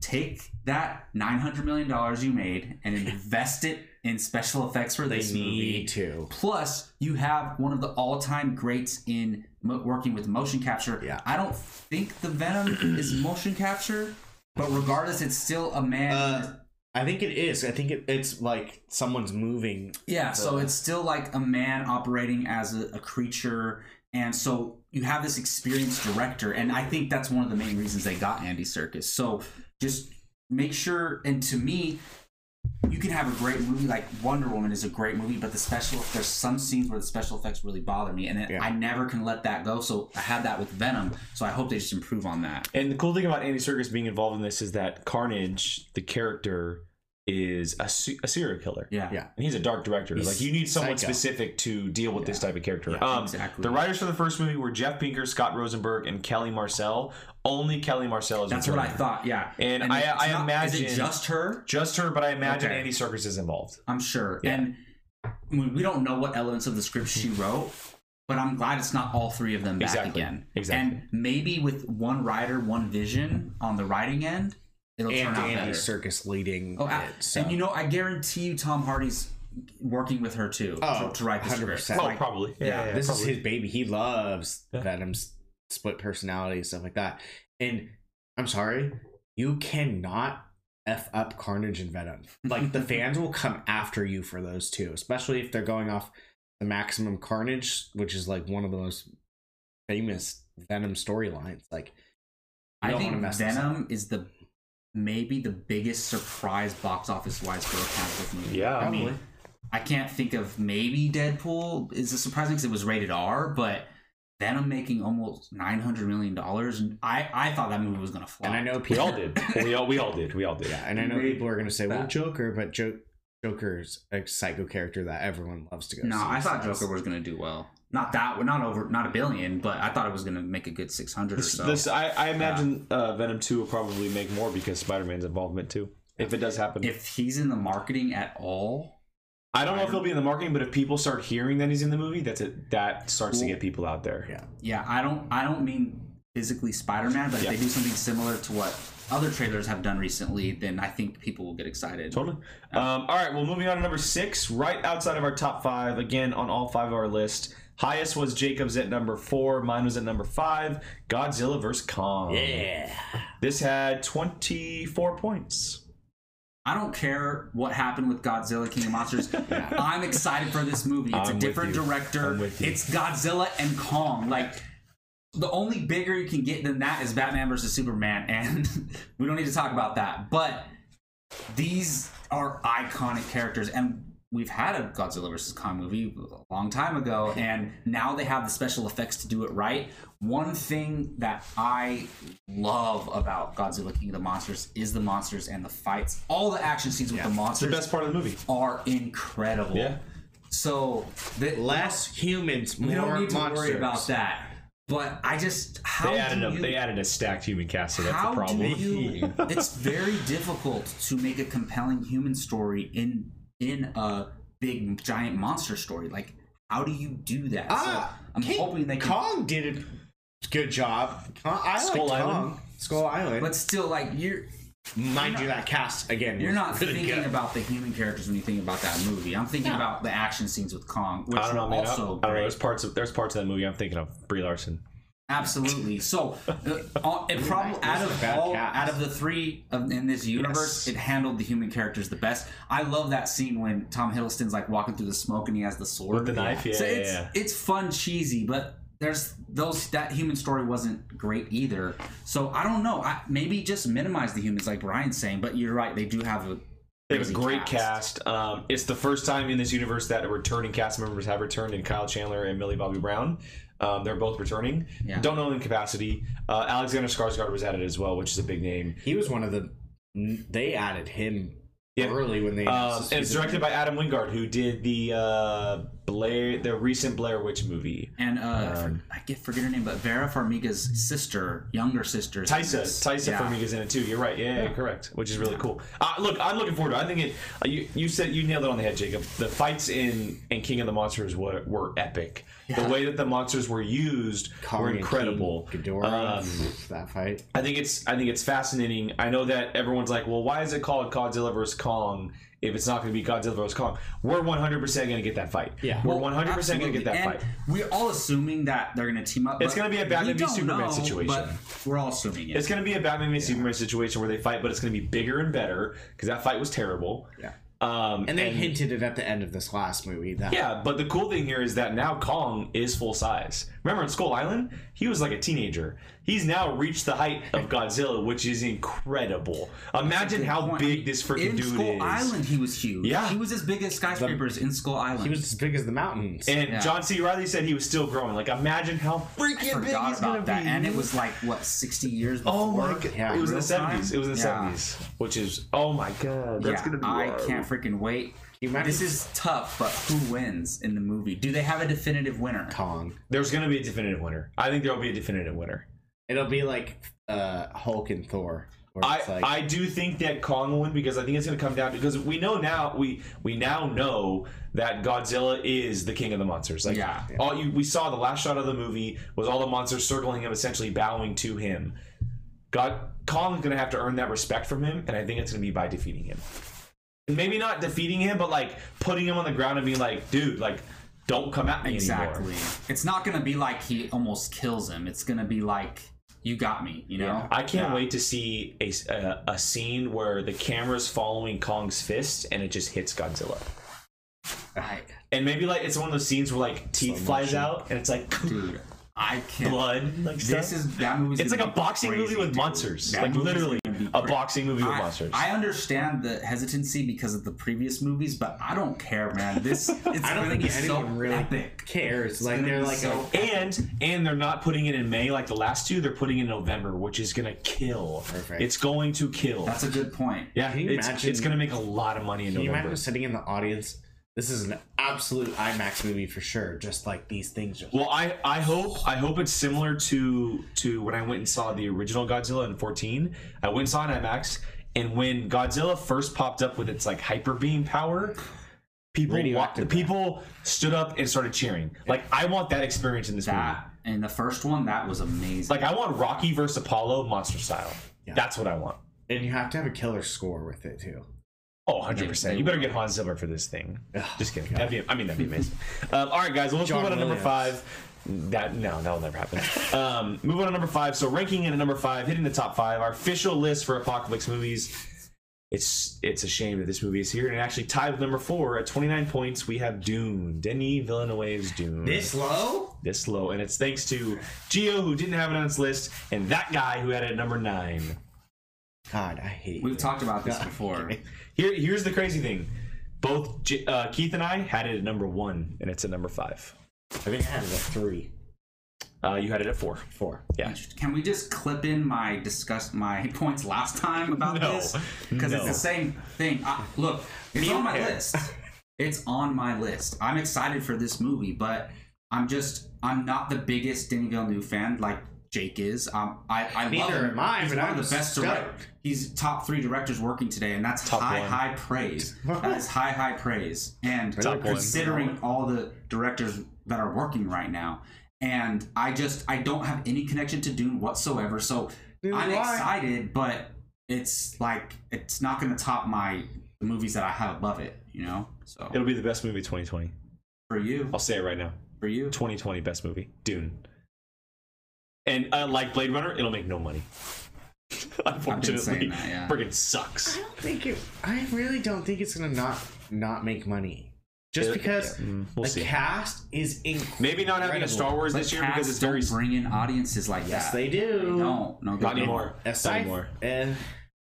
Speaker 3: take that nine hundred million dollars you made and invest it in special effects for
Speaker 2: They
Speaker 3: this movie.
Speaker 2: need to.
Speaker 3: Plus, you have one of the all-time greats in mo- working with motion capture.
Speaker 2: Yeah.
Speaker 3: I don't think the Venom is motion capture, but regardless, it's still a man.
Speaker 2: Uh, I think it is. I think it, it's like someone's moving.
Speaker 3: Yeah, so it's still like a man operating as a, a creature, and so you have this experienced director, and I think that's one of the main reasons they got Andy Circus. So just make sure, and to me, you can have a great movie like Wonder Woman is a great movie, but the special there's some scenes where the special effects really bother me, and it,
Speaker 2: Yeah.
Speaker 3: I never can let that go. So I had that with Venom, so I hope they just improve on that.
Speaker 1: and the cool thing about andy circus being involved in this is that carnage the character is a, se- a serial killer
Speaker 3: Yeah,
Speaker 2: Yeah.
Speaker 1: and he's a dark director.
Speaker 2: He's
Speaker 1: like you need someone
Speaker 2: psycho.
Speaker 1: specific to deal with this type of character.
Speaker 3: Yeah,
Speaker 1: um,
Speaker 3: exactly.
Speaker 1: The writers for the first movie were Jeff Pinker, Scott Rosenberg, and Kelly Marcel. Only Kelly Marcel is
Speaker 3: that's what
Speaker 1: returning.
Speaker 3: I thought. Yeah,
Speaker 1: And I-
Speaker 3: it's
Speaker 1: I
Speaker 3: is
Speaker 1: imagine-
Speaker 3: it just her.
Speaker 1: Just her, but I imagine
Speaker 3: Okay.
Speaker 1: Andy Serkis is involved.
Speaker 3: I'm sure.
Speaker 1: Yeah.
Speaker 3: And I mean, we don't know what elements of the script she wrote, but I'm glad it's not all three of them back
Speaker 1: Exactly.
Speaker 3: again.
Speaker 1: Exactly.
Speaker 3: And maybe with one rider, one vision on the writing end, it'll turn
Speaker 2: and
Speaker 3: out
Speaker 2: Andy
Speaker 3: better.
Speaker 2: Circus leading
Speaker 3: Oh, I-
Speaker 2: it. So.
Speaker 3: and you know, I guarantee you, Tom Hardy's working with her too
Speaker 2: Oh,
Speaker 3: to, to write the script.
Speaker 2: 100%.
Speaker 1: oh,
Speaker 2: like-
Speaker 1: probably. Yeah,
Speaker 3: yeah,
Speaker 1: yeah,
Speaker 2: this
Speaker 1: probably.
Speaker 2: is his baby. He loves
Speaker 1: Yeah.
Speaker 2: Venom's split personality and stuff like that. And I'm sorry, you cannot f up Carnage and Venom. Like the fans will come after you for those two, especially if they're going off the Maximum Carnage, which is like one of the most famous Venom storylines. Like you
Speaker 3: I
Speaker 2: don't wanna
Speaker 3: think
Speaker 2: mess this
Speaker 3: Venom is the maybe the biggest surprise box office wise for a comic book movie.
Speaker 1: Yeah,
Speaker 3: I mean,
Speaker 2: probably.
Speaker 3: I can't think of maybe Deadpool is a surprising because it was rated R, but Venom making almost nine hundred million dollars, and I I thought that movie was gonna flop.
Speaker 2: and I know people
Speaker 1: we all did. We all we all did. We all did.
Speaker 2: Yeah, and I know
Speaker 3: Read
Speaker 2: people are gonna say, "Well,
Speaker 3: that.
Speaker 2: Joker," but jo- Joker's a psycho character that everyone loves to go.
Speaker 3: No,
Speaker 2: see,
Speaker 3: I
Speaker 2: so
Speaker 3: thought
Speaker 2: that's-
Speaker 3: Joker was gonna do well. Not that, not over, not a billion, but I thought it was gonna make a good six hundred or
Speaker 1: This,
Speaker 3: so.
Speaker 1: this uh, I, I imagine uh, Venom Two will probably make more because Spider Man's involvement too. If it does happen,
Speaker 3: if he's in the marketing at all,
Speaker 1: I don't know if he'll be in the marketing, but if people start hearing that he's in the movie, that's it. That starts to
Speaker 3: Well-
Speaker 1: get people out there.
Speaker 2: Yeah.
Speaker 3: yeah, I don't, I don't mean physically Spider-Man, but
Speaker 1: Yeah.
Speaker 3: if they do something similar to what other trailers have done recently, then I think people will get excited.
Speaker 1: Totally. Um, all right. Well, moving on to number six, right outside of our top five, again on all five of our list. Highest was Jacob's at number four. Mine was at number five. Godzilla vs Kong.
Speaker 2: Yeah.
Speaker 1: This had twenty four points.
Speaker 3: I don't care what happened with Godzilla King of Monsters. I'm excited for this movie. It's
Speaker 1: I'm
Speaker 3: a
Speaker 1: with
Speaker 3: different
Speaker 1: you.
Speaker 3: director.
Speaker 1: I'm with you.
Speaker 3: It's Godzilla and Kong. Like the only bigger you can get than that is Batman versus Superman, and we don't need to talk about that. But these are iconic characters, and we've had a Godzilla versus Kong movie a long time ago, and now they have the special effects to do it right. One thing that I love about Godzilla King of the Monsters is the monsters and the fights. All the action scenes with the
Speaker 1: The
Speaker 3: monsters
Speaker 1: best part of the movie.
Speaker 3: are incredible.
Speaker 1: Yeah.
Speaker 3: So the,
Speaker 2: Less humans, more
Speaker 3: we don't need to
Speaker 2: monsters.
Speaker 3: worry about that. But I just how
Speaker 1: They added
Speaker 3: do
Speaker 1: a
Speaker 3: you,
Speaker 1: they added a stacked human cast, so that's
Speaker 3: how
Speaker 1: the problem.
Speaker 3: do you? it's very difficult to make a compelling human story in in a big giant monster story. Like how do you do that?
Speaker 2: Ah,
Speaker 3: so I'm
Speaker 2: King
Speaker 3: hoping they can.
Speaker 2: Kong did a good job. Kong, I
Speaker 1: Skull
Speaker 2: like
Speaker 1: Island.
Speaker 2: Kong. Skull Island.
Speaker 3: But still, like you're
Speaker 2: Mind you, that cast again.
Speaker 3: you're
Speaker 2: was
Speaker 3: not
Speaker 2: really
Speaker 3: thinking
Speaker 2: good.
Speaker 3: about the human characters when you think about that movie. I'm thinking about the action scenes with Kong, which
Speaker 1: I don't know,
Speaker 3: were
Speaker 1: man. I-
Speaker 3: also
Speaker 1: I don't know.
Speaker 3: great.
Speaker 1: There's parts of there's parts of that movie I'm thinking of Brie Larson.
Speaker 3: Absolutely. So, uh, uh, it probably
Speaker 2: Nice.
Speaker 3: out of
Speaker 2: Bad
Speaker 3: all,
Speaker 2: cast.
Speaker 3: out of the three of, in this universe,
Speaker 1: Yes.
Speaker 3: it handled the human characters the best. I love that scene when Tom Hiddleston's like walking through the smoke and he has the sword
Speaker 1: With the knife, yeah,
Speaker 3: so
Speaker 1: yeah,
Speaker 3: it's
Speaker 1: yeah.
Speaker 3: it's fun, cheesy, but there's those that human story wasn't great either. So I don't know. I, maybe just minimize the humans, like Brian's saying. But you're right; they do have a
Speaker 1: They have a
Speaker 3: crazy
Speaker 1: great cast. Um, it's the first time in this universe that returning cast members have returned, and Kyle Chandler and Millie Bobby Brown. Um, they're both returning.
Speaker 3: Yeah.
Speaker 1: Don't know in capacity. Uh, Alexander Skarsgård was added as well, which is a big name.
Speaker 2: He was one of the. They added him
Speaker 1: Yeah.
Speaker 2: early when they. announced
Speaker 1: Um,
Speaker 2: this
Speaker 1: and it's
Speaker 2: season.
Speaker 1: directed by Adam Wingard, who did the uh, Blair, the recent Blair Witch movie.
Speaker 3: And uh,
Speaker 1: Um,
Speaker 3: I get forget her name, but Vera Farmiga's sister, younger sister, is in
Speaker 1: Tysa,
Speaker 3: this.
Speaker 1: Tysa
Speaker 3: Yeah.
Speaker 1: Formiga's in it too. You're right. Yeah, yeah, correct. Which is really cool. Uh, look, I'm looking forward to. it. I think it. uh, You, you said you nailed it on the head, Jacob. The fights in in King of the Monsters were, were epic. The way that the monsters were used
Speaker 2: Kong
Speaker 1: were
Speaker 2: and
Speaker 1: incredible. Um,
Speaker 2: King Ghidorah. pff, that fight.
Speaker 1: I think it's I think it's fascinating. I know that everyone's like, well, why is it called Godzilla vs Kong if it's not going to be Godzilla vs Kong? We're 100 percent going to get that fight.
Speaker 2: Yeah.
Speaker 1: we're 100 percent going to get that
Speaker 3: Absolutely.
Speaker 1: fight.
Speaker 3: And We're all assuming that they're going to team up.
Speaker 1: It's
Speaker 3: but
Speaker 1: gonna be a Batman
Speaker 3: we
Speaker 1: v
Speaker 3: don't
Speaker 1: Superman
Speaker 3: know,
Speaker 1: situation.
Speaker 3: But we're all assuming it.
Speaker 1: It's going to be a Batman v Superman situation where they fight, but it's going to be bigger and better because that fight was terrible.
Speaker 2: Yeah.
Speaker 1: Um,
Speaker 2: And they hinted it at the end of this last movie. That
Speaker 1: Yeah, but the cool thing here is that now Kong is full size. Remember in Skull Island, he was like a teenager. He's now reached the height of Godzilla, which is incredible. Imagine how
Speaker 3: Point.
Speaker 1: big this freaking
Speaker 3: in
Speaker 1: dude
Speaker 3: Skull
Speaker 1: is.
Speaker 3: Island, he was huge.
Speaker 1: Yeah.
Speaker 3: he was as big as skyscrapers in Skull Island.
Speaker 2: he was as big as the mountains.
Speaker 1: And John C. Riley said he was still growing. Like, imagine how freaking big
Speaker 3: Forgot
Speaker 1: he's gonna
Speaker 3: about that,
Speaker 1: be.
Speaker 3: and it was like what sixty years before.
Speaker 1: oh my god,
Speaker 2: Yeah,
Speaker 1: it was in the
Speaker 3: real time?
Speaker 1: seventies. It was in the
Speaker 3: Yeah.
Speaker 1: seventies, which is oh my god, that's
Speaker 3: yeah,
Speaker 1: gonna be.
Speaker 3: I
Speaker 1: wild.
Speaker 3: can't freaking wait.
Speaker 2: You might
Speaker 3: This
Speaker 2: be-
Speaker 3: is tough, but who wins in the movie? Do they have a definitive winner?
Speaker 2: Kong.
Speaker 1: There's gonna be a definitive winner. I think there will be a definitive winner.
Speaker 2: It'll be like uh, Hulk and Thor. where
Speaker 1: I,
Speaker 2: it's like,
Speaker 1: I do think that Kong will win because I think it's going to come down because we know now we we now know that Godzilla is the king of the monsters. Like
Speaker 3: Yeah.
Speaker 1: all you we saw the last shot of the movie was all the monsters circling him, essentially bowing to him. God Kong's going to have to earn that respect from him, and I think it's going to be by defeating him. And maybe not defeating him, but like putting him on the ground and being like, dude, like don't come at me
Speaker 3: Exactly.
Speaker 1: anymore.
Speaker 3: It's not gonna be like he almost kills him. It's gonna be like you got me. You know.
Speaker 2: Yeah.
Speaker 1: I can't
Speaker 3: Yeah.
Speaker 1: wait to see a, s- a, a scene where the camera's following Kong's fist and it just hits Godzilla.
Speaker 3: I,
Speaker 1: And maybe like it's one of those scenes where like teeth
Speaker 2: Slow
Speaker 1: flies
Speaker 2: motion.
Speaker 1: out and it's like
Speaker 3: dude, I can't.
Speaker 1: blood, like
Speaker 3: This
Speaker 1: stuff.
Speaker 3: is that movie.
Speaker 1: it's like a boxing movie with monsters, like literally a boxing movie with
Speaker 3: I,
Speaker 1: monsters.
Speaker 3: I understand the hesitancy because of the previous movies, but I don't care, man. This it's
Speaker 2: I don't
Speaker 3: gonna
Speaker 2: think
Speaker 3: be
Speaker 2: anyone
Speaker 3: so
Speaker 2: really
Speaker 3: epic.
Speaker 2: cares. like
Speaker 3: gonna
Speaker 2: they're
Speaker 3: be
Speaker 2: like,
Speaker 3: so-
Speaker 1: and and they're not putting it in May like the last two. They're putting it in November, which is gonna kill.
Speaker 2: Perfect.
Speaker 1: It's going to kill.
Speaker 3: That's a good point.
Speaker 1: yeah,
Speaker 2: Can you
Speaker 1: it's,
Speaker 2: imagine-
Speaker 1: it's gonna make a lot of money in
Speaker 2: can you
Speaker 1: November.
Speaker 2: imagine sitting in the audience? This is an absolute IMAX movie for sure. Just like these things. Just,
Speaker 1: Well, I, I hope I hope it's similar to to when I went and saw the original Godzilla in 14. I went and saw it in IMAX, and when Godzilla first popped up with its like hyper beam power, people wa-
Speaker 2: Radioactive
Speaker 1: people stood up and started cheering. Like I want that experience in this movie.
Speaker 3: That and the first one that was amazing.
Speaker 1: Like I want Rocky versus Apollo monster style.
Speaker 2: Yeah.
Speaker 1: That's what I want.
Speaker 2: and you have to have a killer score with it too.
Speaker 1: Oh, 100%.
Speaker 3: They- they
Speaker 1: you better
Speaker 3: will.
Speaker 1: get Hans Zimmer for this thing.
Speaker 2: Ugh,
Speaker 1: Just kidding. That'd be, I mean, that'd be amazing. Um, all right, guys, well, let's
Speaker 2: John
Speaker 1: move on to number
Speaker 2: Williams.
Speaker 1: five. That no, that'll never happen. Um, move on to number five. So ranking in at number five, hitting the top five, our official list for apocalypse movies. It's it's a shame that this movie is here and actually tied with number four at 29 points. We have Dune, Denis Villeneuve's Dune.
Speaker 2: low?
Speaker 1: this low, and it's thanks to Geo who didn't have it on his list, and that guy who had it at number nine.
Speaker 2: God, I hate.
Speaker 3: We've
Speaker 2: you.
Speaker 3: talked about this before.
Speaker 1: Here, here's the crazy thing. Both J- uh, Keith and I had it at number one, and it's at number five.
Speaker 2: I think I had it at three,
Speaker 1: Uh, you had it at four.
Speaker 2: four.
Speaker 1: Yeah.
Speaker 3: Can we just clip in my discuss my points last time about
Speaker 1: No.
Speaker 3: this? Because it's
Speaker 1: No.
Speaker 3: the same thing. I, look, it's on my list. It's on my list. I'm excited for this movie, but I'm just I'm not the biggest Denis Villeneuve fan like Jake is. Um, I I love
Speaker 2: Neither
Speaker 3: him.
Speaker 2: am I,
Speaker 3: He's
Speaker 2: but
Speaker 3: one
Speaker 2: I'm
Speaker 3: of the best
Speaker 2: stoked.
Speaker 3: directors. He's top three directors working today, and that's
Speaker 1: Top
Speaker 3: high
Speaker 1: one.
Speaker 3: high praise. that is high high praise. And
Speaker 1: Top one.
Speaker 3: considering all the directors that are working right now. And I just I don't have any connection to Dune whatsoever. So
Speaker 2: Neither
Speaker 3: I'm
Speaker 2: do I.
Speaker 3: excited, but it's like it's not gonna top my the movies that I have above it, you know? So
Speaker 1: It'll be the best movie of 2020.
Speaker 3: for you.
Speaker 1: I'll say it right now.
Speaker 3: For you.
Speaker 1: 2020 best movie, Dune. And uh, like Blade Runner, it'll make no money. Unfortunately,
Speaker 3: saying that, yeah.
Speaker 1: friggin' sucks.
Speaker 2: I don't think it. I really don't think it's gonna not not make money. Just
Speaker 1: Yeah,
Speaker 2: because
Speaker 1: yeah. Mm, we'll
Speaker 2: the
Speaker 1: see.
Speaker 2: cast is incredible.
Speaker 1: Maybe not having a Star Wars this year because it's very.
Speaker 3: don't bring in audiences like
Speaker 2: Yes,
Speaker 3: that.
Speaker 2: they do.
Speaker 3: don't. No,
Speaker 1: Not
Speaker 3: they don't.
Speaker 1: anymore. Not
Speaker 2: Aside,
Speaker 1: anymore.
Speaker 2: eh,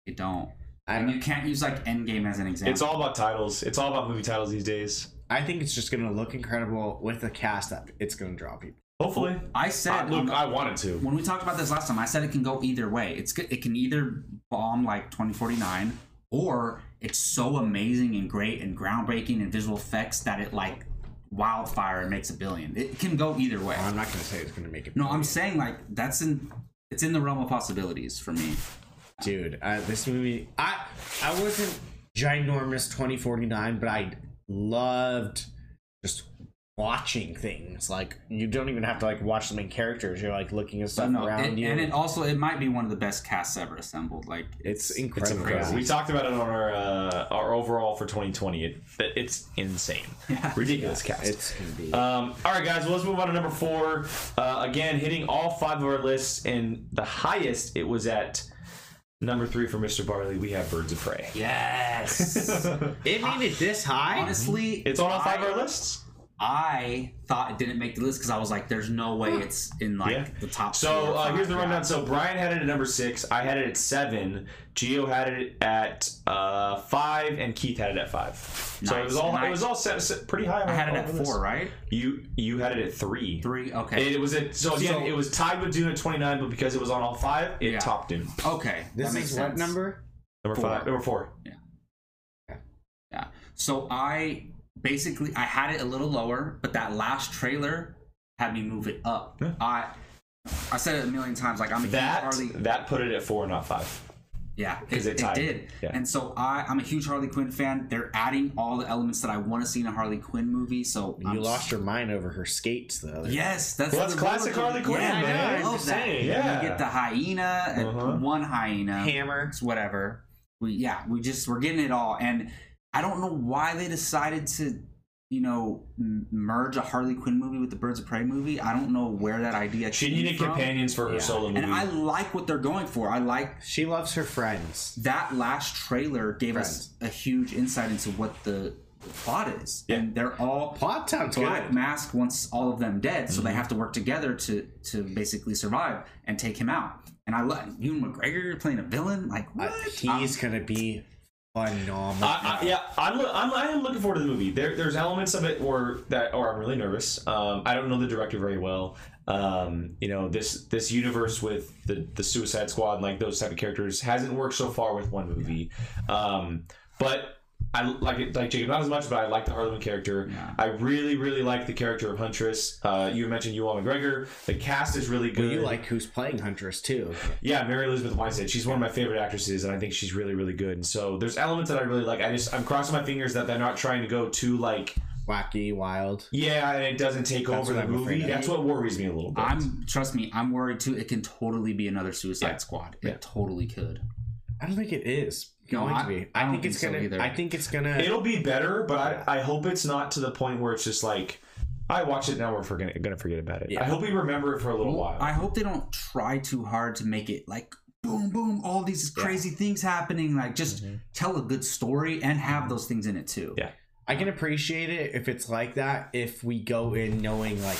Speaker 3: They don't.
Speaker 2: I
Speaker 3: And
Speaker 2: don't.
Speaker 3: you can't use like Endgame as an example.
Speaker 1: It's all about titles. It's all about movie titles these days.
Speaker 2: I think it's just gonna look incredible with a cast that it's gonna draw people.
Speaker 1: Hopefully.
Speaker 3: I said
Speaker 1: I,
Speaker 3: on
Speaker 1: look,
Speaker 3: the-
Speaker 1: I wanted to.
Speaker 3: when we talked about this last time, I said it can go either way. It's good. It can either bomb like 2049, or it's so amazing and great and groundbreaking and visual effects that it like wildfire and makes a billion. It can go either way.
Speaker 2: I'm not gonna say it's gonna make it.
Speaker 3: No, I'm saying like that's in it's in the realm of possibilities for me.
Speaker 2: dude. Uh, this movie, I I wasn't ginormous 2049, but I loved just watching things. Like you don't even have to like watch the main characters. You're like looking at
Speaker 3: But
Speaker 2: stuff
Speaker 3: no,
Speaker 2: around
Speaker 3: it,
Speaker 2: you.
Speaker 3: and it also it might be one of the best casts ever assembled. Like
Speaker 2: it's
Speaker 1: It's
Speaker 2: incredible.
Speaker 1: incredible. We talked about it on our uh, our overall for 2020. It, it's insane. Ridiculous cast.
Speaker 2: It's gonna
Speaker 3: Uh,
Speaker 2: be.
Speaker 1: Um, all right, guys. Well, let's move on to number four. Uh, again, hitting all five of our lists, and the highest it was at number three for Mr. Barley. We have Birds of Prey.
Speaker 3: yes.
Speaker 2: it made it this high.
Speaker 3: Honestly,
Speaker 1: It's on all five of
Speaker 3: I-
Speaker 1: our lists.
Speaker 3: I thought it didn't make the list because I was like, "There's no way it's in like
Speaker 1: Yeah.
Speaker 3: the top." four
Speaker 1: So uh,
Speaker 3: or five.
Speaker 1: here's the
Speaker 3: Yeah.
Speaker 1: rundown. So Brian had it at number six. I had it at seven. Gio had it at uh, five, and Keith had it at five. So it was
Speaker 3: Nice.
Speaker 1: all
Speaker 3: And
Speaker 1: it
Speaker 3: I-
Speaker 1: was all set, set pretty high.
Speaker 3: I had
Speaker 2: Oh,
Speaker 3: it at four, right?
Speaker 1: You you had it at three.
Speaker 3: Three. Okay.
Speaker 1: And It was at so again.
Speaker 2: So-
Speaker 1: it was tied with Dune at 29, but because it was on all five, it
Speaker 3: Yeah.
Speaker 1: topped Dune.
Speaker 3: okay.
Speaker 2: this
Speaker 3: that makes
Speaker 2: is what
Speaker 3: sense.
Speaker 2: number?
Speaker 1: Number
Speaker 3: Four.
Speaker 1: five. Number four.
Speaker 3: Yeah. So I basically I had it a little lower, but that last trailer had me move it up.
Speaker 1: Yeah.
Speaker 3: I I said it a million times. Like I'm a huge
Speaker 1: That
Speaker 3: Harley.
Speaker 1: that put it at four, not five.
Speaker 3: Yeah,
Speaker 1: 'Cause
Speaker 3: it,
Speaker 1: it
Speaker 3: it,
Speaker 1: tied.
Speaker 3: did.
Speaker 1: Yeah.
Speaker 3: And so I, I'm a huge Harley Quinn fan. They're adding all the elements that I want to see in a Harley Quinn movie. So
Speaker 2: You
Speaker 3: I'm s-
Speaker 2: lost your mind over her skates the other
Speaker 3: Yes, that's
Speaker 1: Well, that's
Speaker 3: the
Speaker 1: classic
Speaker 3: roller-
Speaker 1: Harley Quinn,
Speaker 3: Yeah,
Speaker 1: man.
Speaker 3: I
Speaker 1: I'm
Speaker 3: love
Speaker 1: just
Speaker 3: that.
Speaker 1: saying,
Speaker 3: Yeah.
Speaker 1: yeah.
Speaker 3: We get the hyena, and
Speaker 1: Uh-huh.
Speaker 3: one hyena,
Speaker 2: hammer.
Speaker 3: it's whatever. We yeah, we just we're getting it all, and I don't know why they decided to, you know, m- merge a Harley Quinn movie with the Birds of Prey movie. I don't know where that idea
Speaker 1: She
Speaker 3: came
Speaker 1: needed
Speaker 3: from.
Speaker 1: companions for her
Speaker 2: Yeah.
Speaker 1: solo movie.
Speaker 3: And I like what they're going for. I like
Speaker 2: She loves her friends.
Speaker 3: that last trailer gave us a huge insight into what the, the plot is.
Speaker 1: Yeah.
Speaker 3: And they're all
Speaker 2: Plot sounds
Speaker 3: Black
Speaker 2: good.
Speaker 3: Mask wants all of them dead, so
Speaker 1: Mm-hmm.
Speaker 3: they have to work together to to basically survive and take him out. And I love you McGregor playing a villain. Like what?
Speaker 2: Uh, he's gonna be phenomenal.
Speaker 1: I, I, yeah, I'm, loo- I'm I am looking forward to the movie. There, there's elements of it where that or I'm really nervous. Um, I don't know the director very well. Um, you know this this universe with the the Suicide Squad and like those type of characters hasn't worked so far with one movie. Um, but I like it, like Jacob not as much, but I like the Harlem character.
Speaker 3: Yeah.
Speaker 1: I really really like the character of Huntress. Uh, you mentioned Ewan McGregor. The cast is really
Speaker 2: Well,
Speaker 1: good.
Speaker 2: you like who's playing Huntress too.
Speaker 1: Yeah, Mary Elizabeth Winstead. She's one of my favorite actresses, and I think she's really, really good. And so there's elements that I really like. I just I'm crossing my fingers that they're not trying to go too like
Speaker 2: Wacky, wild.
Speaker 1: yeah, and it doesn't take
Speaker 2: That's
Speaker 1: over
Speaker 2: what
Speaker 1: the
Speaker 2: I'm
Speaker 1: movie.
Speaker 2: afraid of.
Speaker 1: That's what worries me a little bit.
Speaker 3: I'm trust me, I'm worried too. It can totally be another Suicide
Speaker 1: Yeah.
Speaker 3: Squad.
Speaker 1: Yeah.
Speaker 3: It totally could.
Speaker 2: I don't think it is
Speaker 3: No,
Speaker 2: going
Speaker 3: I-
Speaker 2: to be.
Speaker 3: I
Speaker 2: I,
Speaker 3: don't
Speaker 2: think it's
Speaker 3: think so
Speaker 2: gonna.
Speaker 3: either.
Speaker 2: I think it's gonna.
Speaker 1: It'll be better, but I, I hope it's not to the point where it's just like I watch it now we're forget, gonna forget about it.
Speaker 2: Yeah.
Speaker 1: I hope we remember it for a little while.
Speaker 3: I hope they don't try too hard to make it like boom, boom, all these crazy things happening. Like just tell a good story and have those things in it too.
Speaker 1: Mm-hmm. Yeah.
Speaker 2: I can appreciate it if it's like that. If we go in knowing like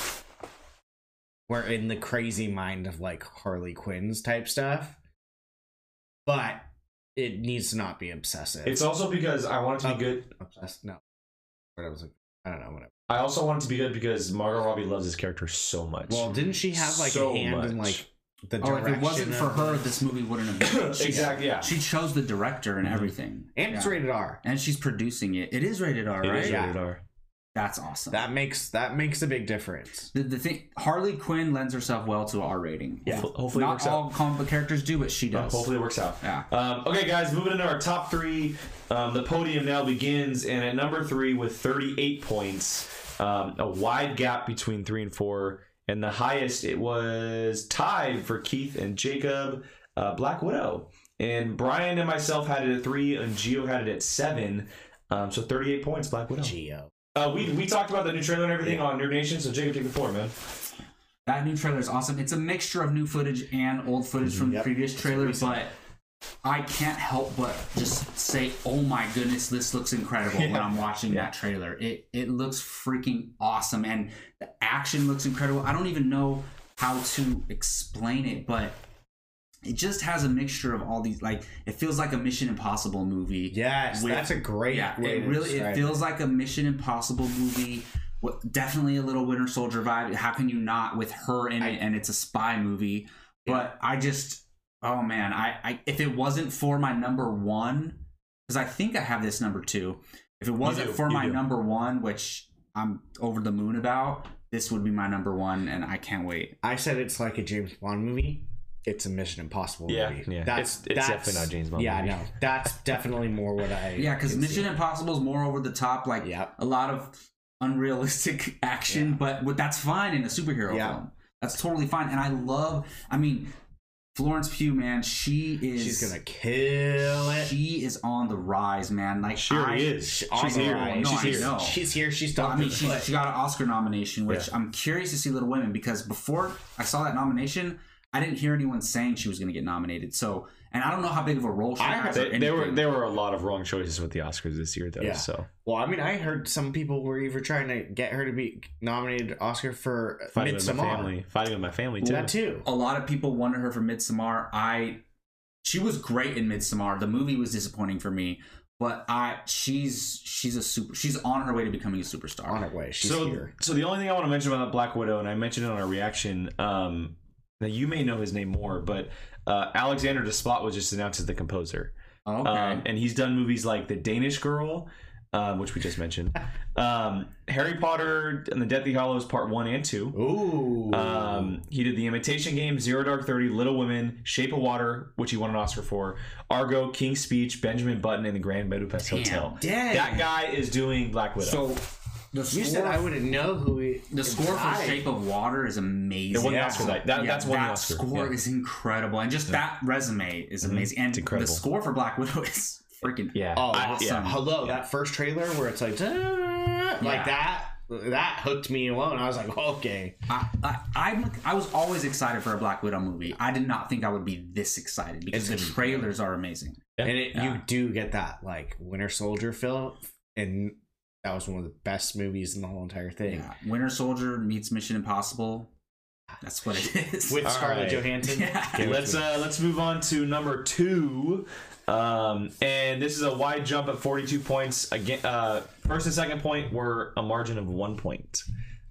Speaker 2: we're in the crazy mind of like Harley Quinn's type stuff, but it needs to not be obsessive.
Speaker 1: it's also because I want it
Speaker 2: Uh,
Speaker 1: to be good.
Speaker 2: obsessed. No, what I was like, I don't know. Whatever.
Speaker 1: I also want it to be good because Margot Robbie loves this character so much.
Speaker 2: Well, didn't she have like
Speaker 1: So
Speaker 2: a hand in
Speaker 1: much.
Speaker 2: like the
Speaker 3: Or
Speaker 2: direction?
Speaker 3: Oh, if it wasn't for
Speaker 2: of-
Speaker 3: her, this movie wouldn't have been. She-
Speaker 1: exactly. Mm-hmm. Yeah.
Speaker 3: She chose the director and everything.
Speaker 2: and it's
Speaker 3: Yeah.
Speaker 2: rated R.
Speaker 3: And she's producing it. It is rated R,
Speaker 1: It
Speaker 3: right?
Speaker 1: is
Speaker 2: Yeah.
Speaker 1: rated R.
Speaker 3: That's awesome.
Speaker 2: That makes that makes a big difference.
Speaker 3: the, the thing Harley Quinn lends herself well to a R rating.
Speaker 1: Yeah. Hopefully- hopefully it
Speaker 3: not
Speaker 1: works
Speaker 3: all comic book characters do, but she does.
Speaker 1: Hopefully it works out.
Speaker 3: Yeah.
Speaker 1: Um, okay, guys, moving into our top three. Um, the podium now begins, and at number three with 38 points, um, a wide gap between three and four, and the highest it was tied for Keith and Jacob, uh, Black Widow, and Brian and myself had it at three, and Geo had it at seven. Um, so 38 points, Black Widow.
Speaker 2: Geo.
Speaker 1: Uh, we, we talked about the new trailer and everything on Nerd Nation, so Jacob, take the floor, man.
Speaker 3: That new trailer is awesome. It's a mixture of new footage and old footage from the previous trailer, but I can't help but just say, "Oh my goodness, this looks incredible!" When I'm watching that trailer, it it looks freaking awesome, and the action looks incredible. I don't even know how to explain it, but it just has a mixture of all these. Like, it feels like a Mission Impossible movie.
Speaker 2: Yes,
Speaker 3: With-
Speaker 2: that's a great.
Speaker 3: Yeah,
Speaker 2: way
Speaker 3: it
Speaker 2: to
Speaker 3: really
Speaker 2: describe
Speaker 3: it feels like a Mission Impossible movie. What, definitely a little Winter Soldier vibe. How can you not with her in it? And it's a spy movie. But I just, oh man, I, I if it wasn't for my number one, because I think I have this number two. If it wasn't
Speaker 1: do,
Speaker 3: for
Speaker 1: you
Speaker 3: my
Speaker 1: do.
Speaker 3: number one, which I'm over the moon about, this would be my number one, and I can't wait.
Speaker 2: I said it's like a James Bond movie. It's a Mission Impossible
Speaker 1: Yeah,
Speaker 2: movie.
Speaker 1: yeah.
Speaker 2: That's,
Speaker 1: It's- it's
Speaker 2: that's-
Speaker 1: definitely not a James Bond
Speaker 2: Yeah,
Speaker 1: movie.
Speaker 2: no, that's definitely more what I.
Speaker 3: Yeah, because
Speaker 2: can
Speaker 3: Mission
Speaker 2: see.
Speaker 3: Impossible is more over the top, like
Speaker 2: Yep.
Speaker 3: a lot of unrealistic action, but what- that's fine in a superhero
Speaker 2: Yeah.
Speaker 3: film. That's totally fine, and I love. I mean, Florence Pugh, man, she is.
Speaker 2: She's gonna kill it.
Speaker 3: She is on the rise, man. Like
Speaker 1: She
Speaker 3: I-
Speaker 1: already is. She's
Speaker 2: Oh,
Speaker 1: here.
Speaker 2: no,
Speaker 1: She's
Speaker 3: I
Speaker 1: here.
Speaker 3: know.
Speaker 2: She's here. She's
Speaker 3: Well,
Speaker 2: done.
Speaker 3: I mean, she, she got an Oscar nomination, which
Speaker 1: Yeah.
Speaker 3: I'm curious to see Little Women because before I saw that nomination, I didn't hear anyone saying she was going to get nominated. So, and I don't know how big of a role she
Speaker 2: I
Speaker 3: has.
Speaker 1: They-
Speaker 3: or
Speaker 1: there were
Speaker 3: anything.
Speaker 1: there were a lot of wrong choices with the Oscars this year, though.
Speaker 2: Yeah.
Speaker 1: So
Speaker 2: well, I mean, I heard some people were even trying to get her to be nominated to Oscar for
Speaker 1: fighting with my
Speaker 2: Midsommar.
Speaker 1: family, fighting with my family too.
Speaker 2: That too.
Speaker 3: a lot of people wanted her for Midsommar. I she was great in Midsommar. The movie was disappointing for me, but I she's she's a super she's on her way to becoming a superstar.
Speaker 2: On her way. She's
Speaker 1: so,
Speaker 2: here.
Speaker 1: so the only thing I want to mention about Black Widow, and I mentioned it on our reaction. Um, now you may know his name more, but uh, Alexander Desplat was just announced as the composer,
Speaker 3: Okay.
Speaker 1: um, and he's done movies like The Danish Girl, um, which we just mentioned. Um, Harry Potter and the Deathly Hollows Part One and Two.
Speaker 2: Ooh.
Speaker 1: Um, he did The Imitation Game, Zero Dark Thirty, Little Women, Shape of Water, which he won an Oscar for, Argo, King's Speech, Benjamin Button, and The Grand Budapest
Speaker 3: Damn.
Speaker 1: Hotel.
Speaker 2: Dang.
Speaker 1: That guy is doing Black Widow.
Speaker 3: So the
Speaker 2: you said
Speaker 3: score-
Speaker 2: I wouldn't know who he,
Speaker 3: The score for
Speaker 2: I-
Speaker 3: Shape of Water is amazing.
Speaker 1: it won
Speaker 2: yeah.
Speaker 1: the Oscar. That, that,
Speaker 3: Yeah,
Speaker 1: that's one
Speaker 3: that
Speaker 1: Oscar.
Speaker 3: score
Speaker 1: Yeah. Mm-hmm.
Speaker 3: is incredible, and just that resume is amazing. And
Speaker 1: incredible.
Speaker 3: the score for Black Widow is freaking
Speaker 1: Yeah.
Speaker 2: Oh,
Speaker 1: I-
Speaker 2: awesome.
Speaker 1: yeah.
Speaker 2: Hello, that first trailer where it's like, "Da-da-da-da," like that, that hooked me alone. I was like, okay.
Speaker 3: I, I, I'm, I was always excited for a Black Widow movie. I did not think I would be this excited because
Speaker 2: It's
Speaker 3: the
Speaker 2: gonna be
Speaker 3: trailers are amazing.
Speaker 1: Yeah.
Speaker 2: And it, you
Speaker 3: Yeah.
Speaker 2: do get that, like, Winter Soldier film. And that was one of the best movies in the whole entire thing.
Speaker 3: Yeah. Winter Soldier meets Mission Impossible. That's what it is.
Speaker 2: With
Speaker 1: All
Speaker 2: Scarlett
Speaker 1: right.
Speaker 2: Johansson.
Speaker 3: Yeah.
Speaker 1: Okay, let's uh, let's move on to number two, um, and this is a wide jump at 42 points. Again, uh, first and second point were a margin of one point.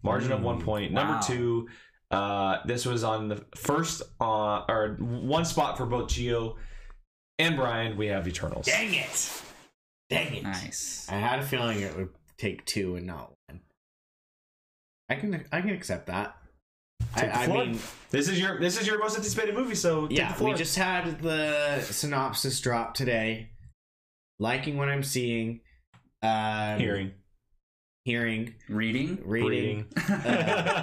Speaker 1: Margin of
Speaker 2: Mm,
Speaker 1: one point. Number
Speaker 3: wow.
Speaker 1: two, uh, this was on the first uh, or one spot for both Geo and Brian. We have Eternals.
Speaker 2: Dang it. Dang it.
Speaker 3: nice.
Speaker 2: I had a feeling it would take two and not one. I can I can accept that.
Speaker 1: Take the
Speaker 2: I, I
Speaker 1: floor.
Speaker 2: mean,
Speaker 1: This is your this is your most anticipated movie. So take the
Speaker 2: yeah,
Speaker 1: floor.
Speaker 2: we just had the synopsis drop today. Liking what I'm seeing, um,
Speaker 1: hearing
Speaker 2: hearing,
Speaker 3: Reading.
Speaker 2: reading, Uh,
Speaker 1: breathing.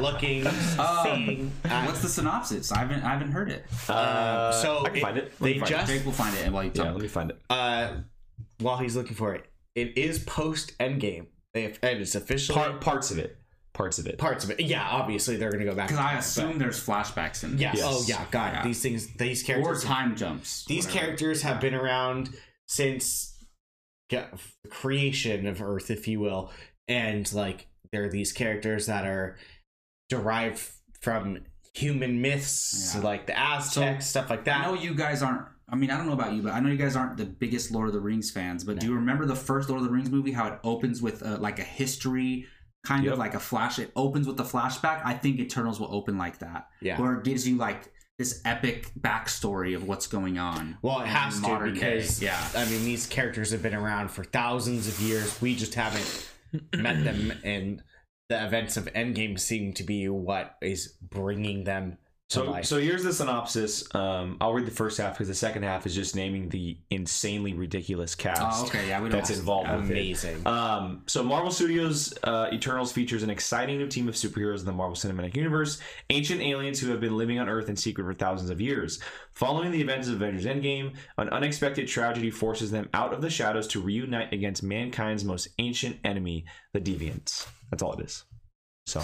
Speaker 2: looking, seeing. uh, I-
Speaker 3: Um, What's the synopsis? I haven't I haven't heard it.
Speaker 1: Uh,
Speaker 2: so
Speaker 1: I can
Speaker 2: it-
Speaker 1: find it. Let
Speaker 2: they
Speaker 1: me find it.
Speaker 2: just
Speaker 3: Jake will find it while you
Speaker 1: yeah,
Speaker 3: talk.
Speaker 1: let me find it.
Speaker 2: uh, while he's looking for it, it is post Endgame. They have, and it's officially
Speaker 1: Part, parts of it. Parts of it.
Speaker 2: parts of it. Yeah, obviously they're gonna go back.
Speaker 3: Because I
Speaker 2: time,
Speaker 3: assume there's flashbacks in
Speaker 2: but- yes.
Speaker 1: Yes.
Speaker 2: Oh yeah, God.
Speaker 3: Yeah.
Speaker 2: These things. These
Speaker 3: there. Or
Speaker 2: characters.
Speaker 3: time jumps.
Speaker 2: these
Speaker 3: whatever.
Speaker 2: characters have been around since ca- the creation of Earth, if you will, and like there are these characters that are derived from human myths,
Speaker 3: Yeah.
Speaker 2: like the Aztecs, stuff like
Speaker 3: I know
Speaker 2: that.
Speaker 3: you guys aren't. I mean, I don't know about you, but I know you guys aren't the biggest Lord of the Rings fans. But do you remember the first Lord of the Rings movie? How it opens with uh like a history, kind
Speaker 1: Yep.
Speaker 3: of like a flash. It opens with a flashback. I think Eternals will open like that,
Speaker 2: Yeah.
Speaker 3: where it gives you like this epic backstory of what's going on.
Speaker 2: Well, it
Speaker 3: in
Speaker 2: has to
Speaker 3: modern
Speaker 2: because
Speaker 3: day. yeah,
Speaker 2: I mean these characters have been around for thousands of years. We just haven't met them, and the events of Endgame seem to be what is bringing them to
Speaker 1: So,
Speaker 2: life.
Speaker 1: so here's the synopsis. Um, I'll read the first half because the second half is just naming the insanely ridiculous cast
Speaker 3: oh, okay, yeah, we don't.
Speaker 1: that's involved with it.
Speaker 2: Amazing.
Speaker 1: Um, so Marvel Studios uh, Eternals features an exciting new team of superheroes in the Marvel Cinematic Universe, ancient aliens who have been living on Earth in secret for thousands of years. Following the events of Avengers Endgame, an unexpected tragedy forces them out of the shadows to reunite against mankind's most ancient enemy, the Deviants. That's all it is. So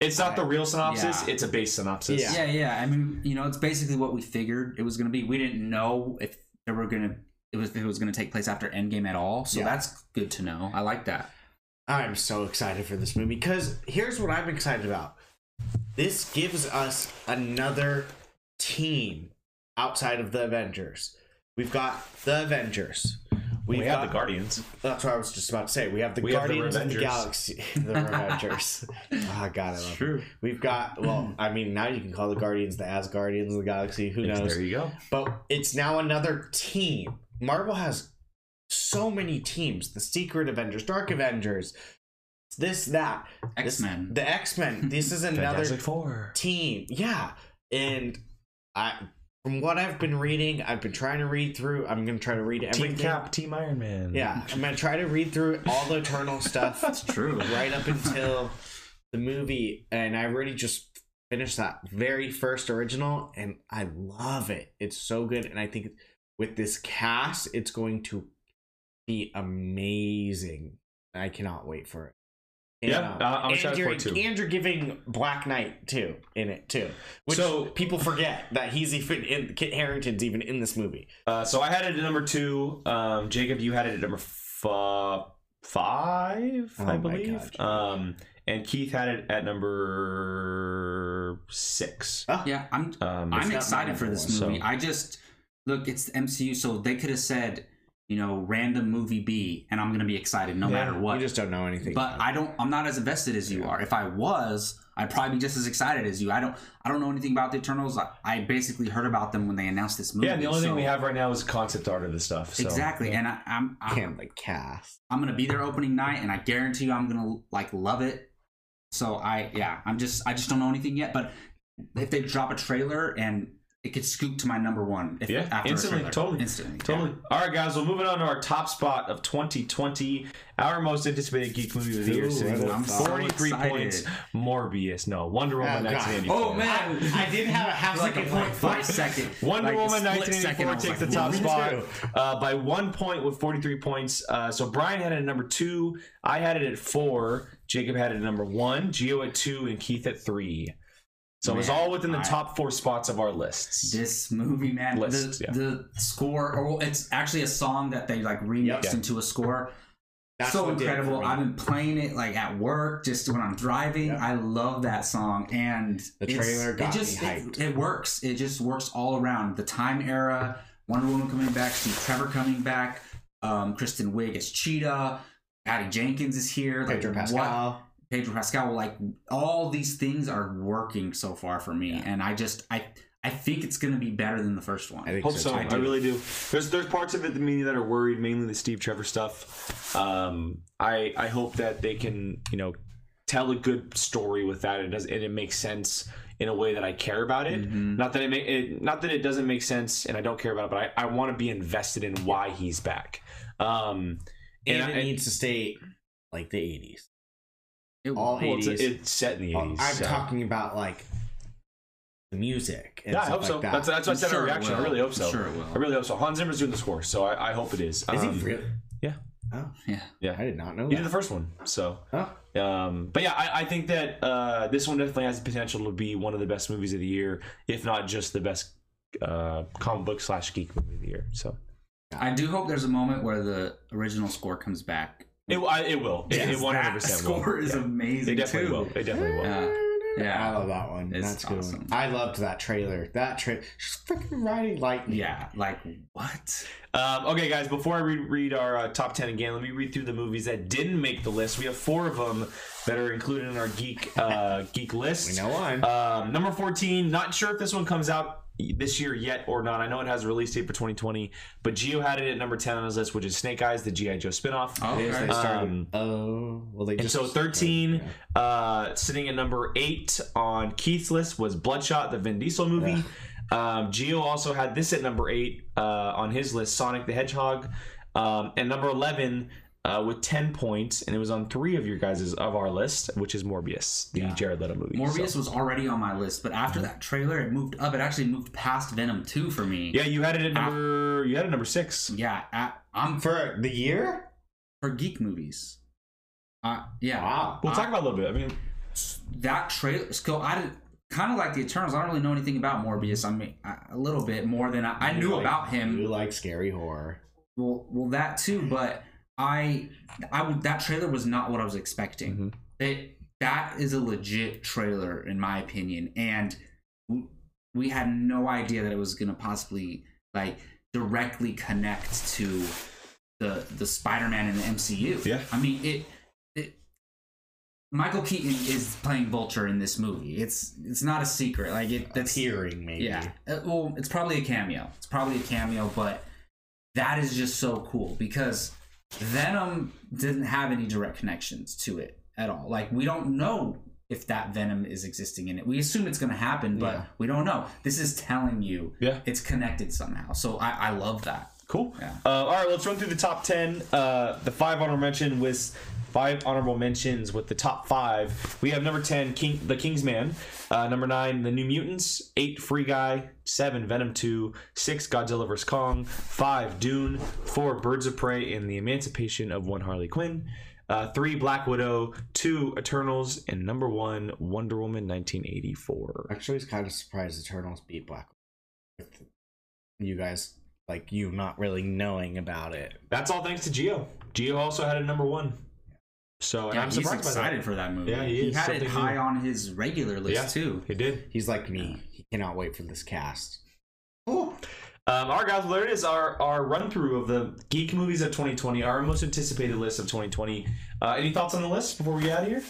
Speaker 1: it's not the real synopsis;
Speaker 3: Yeah.
Speaker 1: it's a base synopsis.
Speaker 2: Yeah.
Speaker 3: Yeah, yeah. I mean, you know, it's basically what we figured it was going to be. We didn't know if there were going to it was if it was going to take place after Endgame at all. So
Speaker 2: Yeah.
Speaker 3: that's good to know. I like that.
Speaker 2: I'm so excited for this movie because here's what I'm excited about. This gives us another team outside of the Avengers. We've got the Avengers.
Speaker 1: we
Speaker 2: We've
Speaker 1: have
Speaker 2: got,
Speaker 1: the Guardians.
Speaker 2: That's what I was just about to say. We have the
Speaker 1: We have the
Speaker 2: Guardians of the
Speaker 1: Revengers.
Speaker 2: Galaxy. the Avengers. oh, God, I love it.
Speaker 3: True.
Speaker 2: We've got, well, I mean, now you can call the Guardians the Asgardians of the Galaxy. Who knows?
Speaker 1: There you go.
Speaker 2: But it's now another team. Marvel has so many teams: the Secret Avengers, Dark Avengers, this, that, This-
Speaker 3: X Men.
Speaker 2: the X Men. This is another
Speaker 1: Fantastic Four.
Speaker 2: team. Yeah, and I, from what I've been reading, I've been trying to read through. I'm gonna try to read everything.
Speaker 1: Team Cap, Team Iron Man.
Speaker 2: Yeah, I'm gonna try to read through all the Eternal stuff
Speaker 3: That's true.
Speaker 2: right up until the movie, and I really just finished that very first original, and I love it. It's so good, and I think with this cast, it's going to be amazing. I cannot wait for it.
Speaker 1: Yeah,
Speaker 2: And,
Speaker 1: uh, I'm
Speaker 2: and
Speaker 1: excited for
Speaker 2: you're,
Speaker 1: it too.
Speaker 2: And you're giving Black Knight too in it too, which
Speaker 1: So-
Speaker 2: people forget that he's even in Kit Harrington's even in this movie.
Speaker 1: Uh, so I had it at number two. Um, Jacob, you had it at number f- uh, five,
Speaker 2: Oh
Speaker 1: I
Speaker 2: my
Speaker 1: believe.
Speaker 2: God.
Speaker 1: Um, and Keith had it at number six.
Speaker 3: Yeah, I'm.
Speaker 1: Um,
Speaker 3: I'm
Speaker 2: not
Speaker 3: excited
Speaker 2: number
Speaker 3: for this
Speaker 1: one, so-
Speaker 3: movie. I just look. It's the MCU, so they could have said, you know, random movie B, and I'm gonna be excited no
Speaker 2: Yeah,
Speaker 3: matter what.
Speaker 2: You just don't know anything.
Speaker 3: but I don't. I'm not as invested as you
Speaker 2: Yeah.
Speaker 3: are. If I was, I'd probably be just as excited as you. I don't. I don't know anything about the Eternals. I, I basically heard about them when they announced this movie.
Speaker 1: Yeah, and the only
Speaker 3: so-
Speaker 1: thing we have right now is concept art of the stuff. So.
Speaker 3: exactly.
Speaker 1: yeah.
Speaker 3: And I, I'm.
Speaker 2: I
Speaker 3: I'm,
Speaker 2: can't like cast.
Speaker 3: I'm gonna be there opening night, and I guarantee you, I'm gonna like love it. So I, yeah, I'm just. I just don't know anything yet. But if they drop a trailer and it could scoop to my number one, if,
Speaker 1: Yeah,
Speaker 3: after a
Speaker 1: instantly,
Speaker 3: trailer.
Speaker 1: totally,
Speaker 3: instantly, yeah.
Speaker 1: Totally. All right, guys. Well, moving on to our top spot of 2020, our most anticipated geek movie of the year,
Speaker 2: Ooh,
Speaker 1: sitting
Speaker 2: I'm
Speaker 1: with
Speaker 3: so
Speaker 1: 43
Speaker 3: excited.
Speaker 1: points. Morbius. No, Wonder Woman
Speaker 2: Oh, God.
Speaker 1: 1984.
Speaker 3: Oh man,
Speaker 2: I did have a half
Speaker 3: For like a
Speaker 2: second
Speaker 3: point
Speaker 2: point.
Speaker 3: five second.
Speaker 1: Wonder
Speaker 3: like a
Speaker 1: Woman
Speaker 3: split second,
Speaker 1: 1984
Speaker 3: I was
Speaker 1: takes
Speaker 3: like,
Speaker 1: the top
Speaker 2: "Whoa."
Speaker 1: spot
Speaker 2: Me
Speaker 1: uh, by one point with 43 points. Uh, so Brian had it at number two. I had it at four. Jacob had it at number one. Geo at two, and Keith at three. So it was
Speaker 3: Man,
Speaker 1: all within the
Speaker 3: I-
Speaker 1: top four spots of our lists.
Speaker 3: This movie, man,
Speaker 1: Lists,
Speaker 3: the,
Speaker 1: yeah.
Speaker 3: the score, or it's actually a song that they like remixed
Speaker 1: Yeah.
Speaker 3: into a score.
Speaker 2: That's
Speaker 3: so
Speaker 2: what did it for
Speaker 3: incredible!
Speaker 2: me.
Speaker 3: I've been playing it like at work, just when I'm driving.
Speaker 2: Yeah.
Speaker 3: I love that song, and
Speaker 2: The
Speaker 3: it's-
Speaker 2: trailer got
Speaker 3: it just,
Speaker 2: me
Speaker 3: it-
Speaker 2: hyped.
Speaker 3: It, works. It just works all around. The time era, Wonder Woman coming back, Steve Trevor coming back, um, Kristen Wiig as Cheetah, Patty Jenkins is here. Like,
Speaker 2: Pedro
Speaker 3: what-
Speaker 2: Pascal.
Speaker 3: Pedro Pascal, like all these things are working so far for me,
Speaker 2: Yeah.
Speaker 3: and I just I I think it's gonna be better than the first one.
Speaker 2: I think
Speaker 1: Hope so.
Speaker 2: too.
Speaker 1: I, really do. There's there's parts of it that me that are worried, mainly the Steve Trevor stuff. Um, I I hope that they can you know tell a good story with that. It does and it makes sense in a way that I care about
Speaker 3: Mm-hmm.
Speaker 1: it. Not that it, make, it not that it doesn't make sense and I don't care about it, but I, I want to be invested in why he's back. Um,
Speaker 2: And,
Speaker 1: and
Speaker 2: it
Speaker 1: I-
Speaker 2: needs to stay like the 80s.
Speaker 3: It-
Speaker 2: All
Speaker 1: well, it's,
Speaker 2: 80s.
Speaker 1: it's set in the
Speaker 2: I'm
Speaker 1: 80s. so-
Speaker 2: talking about like the music. And
Speaker 1: Yeah, I
Speaker 2: stuff
Speaker 1: hope
Speaker 2: like
Speaker 1: so.
Speaker 2: That.
Speaker 1: That's that's what I
Speaker 3: I'm
Speaker 1: said in
Speaker 3: sure
Speaker 1: our
Speaker 3: it
Speaker 1: reaction. I
Speaker 3: will.
Speaker 1: really hope
Speaker 3: I'm
Speaker 1: so.
Speaker 3: sure it will.
Speaker 1: I really hope so. Hans Zimmer's doing the score, so I, I hope it is.
Speaker 2: Is
Speaker 1: Um,
Speaker 2: he real?
Speaker 1: yeah.
Speaker 2: Oh,
Speaker 3: yeah.
Speaker 1: Yeah.
Speaker 2: I did not know
Speaker 1: He did
Speaker 2: that.
Speaker 1: the first one, so.
Speaker 2: Oh,
Speaker 1: Um, but yeah, I, I think that uh, this one definitely has the potential to be one of the best movies of the year, if not just the best uh, comic book slash geek movie of the year. So
Speaker 3: I do hope there's a moment where the original score comes back.
Speaker 1: it, I, it will. It- It
Speaker 3: Because
Speaker 1: one hundred
Speaker 3: that
Speaker 1: percent will.
Speaker 3: score is
Speaker 1: yeah.
Speaker 3: amazing.
Speaker 1: It definitely
Speaker 3: too.
Speaker 1: will. It definitely will.
Speaker 3: Yeah. Yeah.
Speaker 2: I love that one.
Speaker 3: It's
Speaker 2: That's a good.
Speaker 3: awesome.
Speaker 2: One. I loved that trailer. That trailer. She's freaking riding lightning.
Speaker 3: Yeah, like what?
Speaker 1: Um, okay, guys, before I read, read our uh, top 10 again, let me read through the movies that didn't make the list. We have four of them that are included in our geek uh, geek list.
Speaker 2: We know one.
Speaker 1: Um, number 14, not sure if this one comes out this year yet or not. I know it has a release date for 2020, but Geo had it at number 10 on his list, which is Snake Eyes, the G.I. Joe spinoff.
Speaker 3: Oh,
Speaker 2: They
Speaker 3: okay.
Speaker 2: started-
Speaker 1: Um,
Speaker 2: oh, well, they
Speaker 1: and
Speaker 2: just
Speaker 1: so 13,
Speaker 2: Yeah.
Speaker 1: uh, sitting at number 8 on Keith's list was Bloodshot, the Vin Diesel movie. Um, Geo also had this at number 8 uh, on his list, Sonic the Hedgehog. Um, and number 11 uh, with 10 points, and it was on three of your guys' of our list, which is Morbius, the Jared Leto movie. so-
Speaker 3: Morbius was already on my list, but after that trailer, it moved up. It actually moved past Venom 2 for me.
Speaker 1: Yeah, you had it at number. You had it at number six.
Speaker 3: yeah. I, I'm for,
Speaker 2: for the year.
Speaker 3: for geek movies. Uh, yeah,
Speaker 2: Wow.
Speaker 1: We'll talk about it a little bit. I mean,
Speaker 3: that trailer. So I didn't kind of like the Eternals. I don't really know anything about Morbius. I mean, I- a little bit more than I, I
Speaker 2: You
Speaker 3: knew
Speaker 2: like-
Speaker 3: about him.
Speaker 2: You like scary horror?
Speaker 3: Well, well, that too. But I, I would that trailer was not what I was expecting.
Speaker 1: Mhm.
Speaker 3: That that is a legit trailer in my opinion, and w- we had no idea that it was gonna possibly like directly connect to the the Spider-Man in the MCU.
Speaker 1: Yeah.
Speaker 3: I mean it. it Michael Keaton is playing Vulture in this movie. It's it's not a secret. Like it, that's
Speaker 2: Appearing maybe.
Speaker 3: yeah. Uh, Well, it's probably a cameo. It's probably a cameo, but that is just so cool because Venom didn't have any direct connections to it at all. Like we don't know if that Venom is existing in it. We assume it's going to happen, but
Speaker 2: Yeah.
Speaker 3: we don't know. This is telling you
Speaker 1: Yeah.
Speaker 3: it's connected somehow. So I, I love that.
Speaker 1: cool.
Speaker 3: Yeah.
Speaker 1: Uh, all right, let's run through the top ten. Uh, the five honorable mention with five honorable mentions with the top five. We have number ten, King, The King's Man. Uh, number nine, The New Mutants. Eight, Free Guy. Seven, Venom Two. Six, Godzilla vs Kong. Five, Dune. Four, Birds of Prey and the Emancipation of One Harley Quinn. Uh, three, Black Widow. Two, Eternals, and number one, Wonder Woman, 1984.
Speaker 2: Actually, I was kind of surprised Eternals beat Black. Widow. With you guys, like you not really knowing about it.
Speaker 1: That's all thanks to Geo. Geo also had a number one. So and
Speaker 3: Yeah,
Speaker 1: I'm
Speaker 3: he's
Speaker 1: surprised
Speaker 3: excited
Speaker 1: by
Speaker 3: for that movie.
Speaker 1: Yeah, he is.
Speaker 3: had it
Speaker 1: Something
Speaker 3: high
Speaker 1: new.
Speaker 3: on his regular list
Speaker 1: Yeah.
Speaker 3: too.
Speaker 1: that. He did.
Speaker 2: He's like me. He cannot wait for this cast.
Speaker 1: Um, all right, guys, well, there it is. Our our run through of the geek movies of 2020, our most anticipated list of 2020. Uh, any thoughts on the list before we get out of here?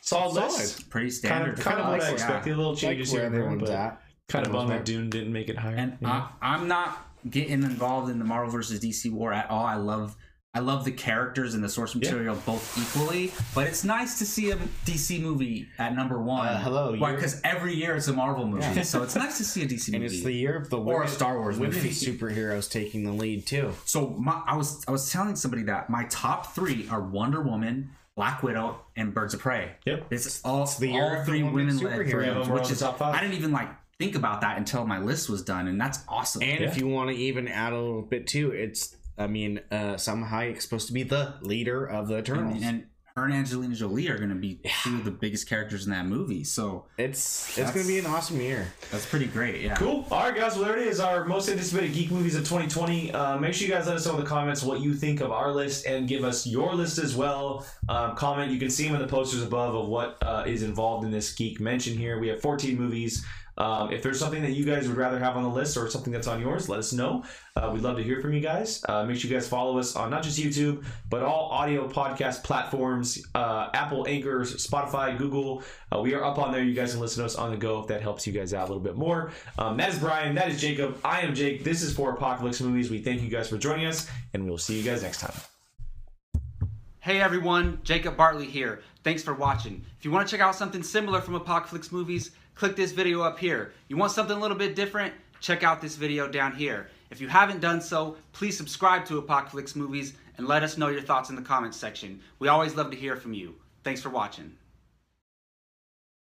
Speaker 1: Solid,
Speaker 2: Solid.
Speaker 1: list.
Speaker 3: Pretty
Speaker 1: Kind
Speaker 3: standard.
Speaker 1: of, kind of what I
Speaker 3: Yeah.
Speaker 1: expected. A little
Speaker 2: Like
Speaker 1: changes
Speaker 2: where
Speaker 1: here and there,
Speaker 2: everyone's
Speaker 1: but
Speaker 2: at.
Speaker 1: kind of
Speaker 2: Most
Speaker 1: bummed that
Speaker 2: part.
Speaker 1: Dune didn't make it higher.
Speaker 3: And
Speaker 1: yeah.
Speaker 3: I, I'm not getting involved in the Marvel versus DC war at all. I love I love the characters and the source material both equally, but it's nice to see a DC movie at number one.
Speaker 2: Uh, hello,
Speaker 3: why?
Speaker 2: you're-
Speaker 3: Because every year it's a Marvel movie, so it's nice to see a DC movie.
Speaker 2: And it's the year of the
Speaker 3: Or a
Speaker 2: women-
Speaker 3: Star Wars
Speaker 2: women
Speaker 3: movie.
Speaker 2: superheroes taking the lead too.
Speaker 3: so my, I was I was telling somebody that my top three are Wonder Woman, Black Widow, and Birds of Prey.
Speaker 1: Yep.
Speaker 3: It's all,
Speaker 2: the year
Speaker 3: all
Speaker 2: of the
Speaker 3: three
Speaker 2: woman
Speaker 3: women led
Speaker 2: superhero. Three of
Speaker 1: them were on
Speaker 3: which
Speaker 1: the
Speaker 3: is
Speaker 1: top five.
Speaker 3: I didn't even like think about that until my list was done, and that's awesome.
Speaker 2: And if
Speaker 1: Yeah.
Speaker 2: you want to even add a little bit too, it's I mean, uh Salma Hayek's supposed to be the leader of the Eternals.
Speaker 3: and, and her and Angelina Jolie are going to be two of the biggest characters in that movie. So
Speaker 2: it's it's gonna be an awesome year.
Speaker 3: that's pretty great. Yeah.
Speaker 1: Cool. All right, guys. Well, there it is. Our most anticipated geek movies of 2020. Uh, make sure you guys let us know in the comments what you think of our list and give us your list as well. Um, comment. You can see them in the posters above of what uh, is involved in this geek mention here. We have 14 movies. Um, if there's something that you guys would rather have on the list or something that's on yours, let us know. Uh, we'd love to hear from you guys. Uh, make sure you guys follow us on not just YouTube, but all audio podcast platforms uh, Apple, Anchor, Spotify, Google. Uh, we are up on there. You guys can listen to us on the go if that helps you guys out a little bit more. Um, that is Brian. That is Jacob. I am Jake. This is for Apocalypse Movies. We thank you guys for joining us, and we will see you guys next time.
Speaker 4: Hey everyone, Jacob Bartley here. Thanks for watching. If you want to check out something similar from Apocalypse Movies, click this video up here. You want something a little bit different? Check out this video down here. If you haven't done so, please subscribe to Apocalypse Movies and let us know your thoughts in the comments section. We always love to hear from you. Thanks for watching.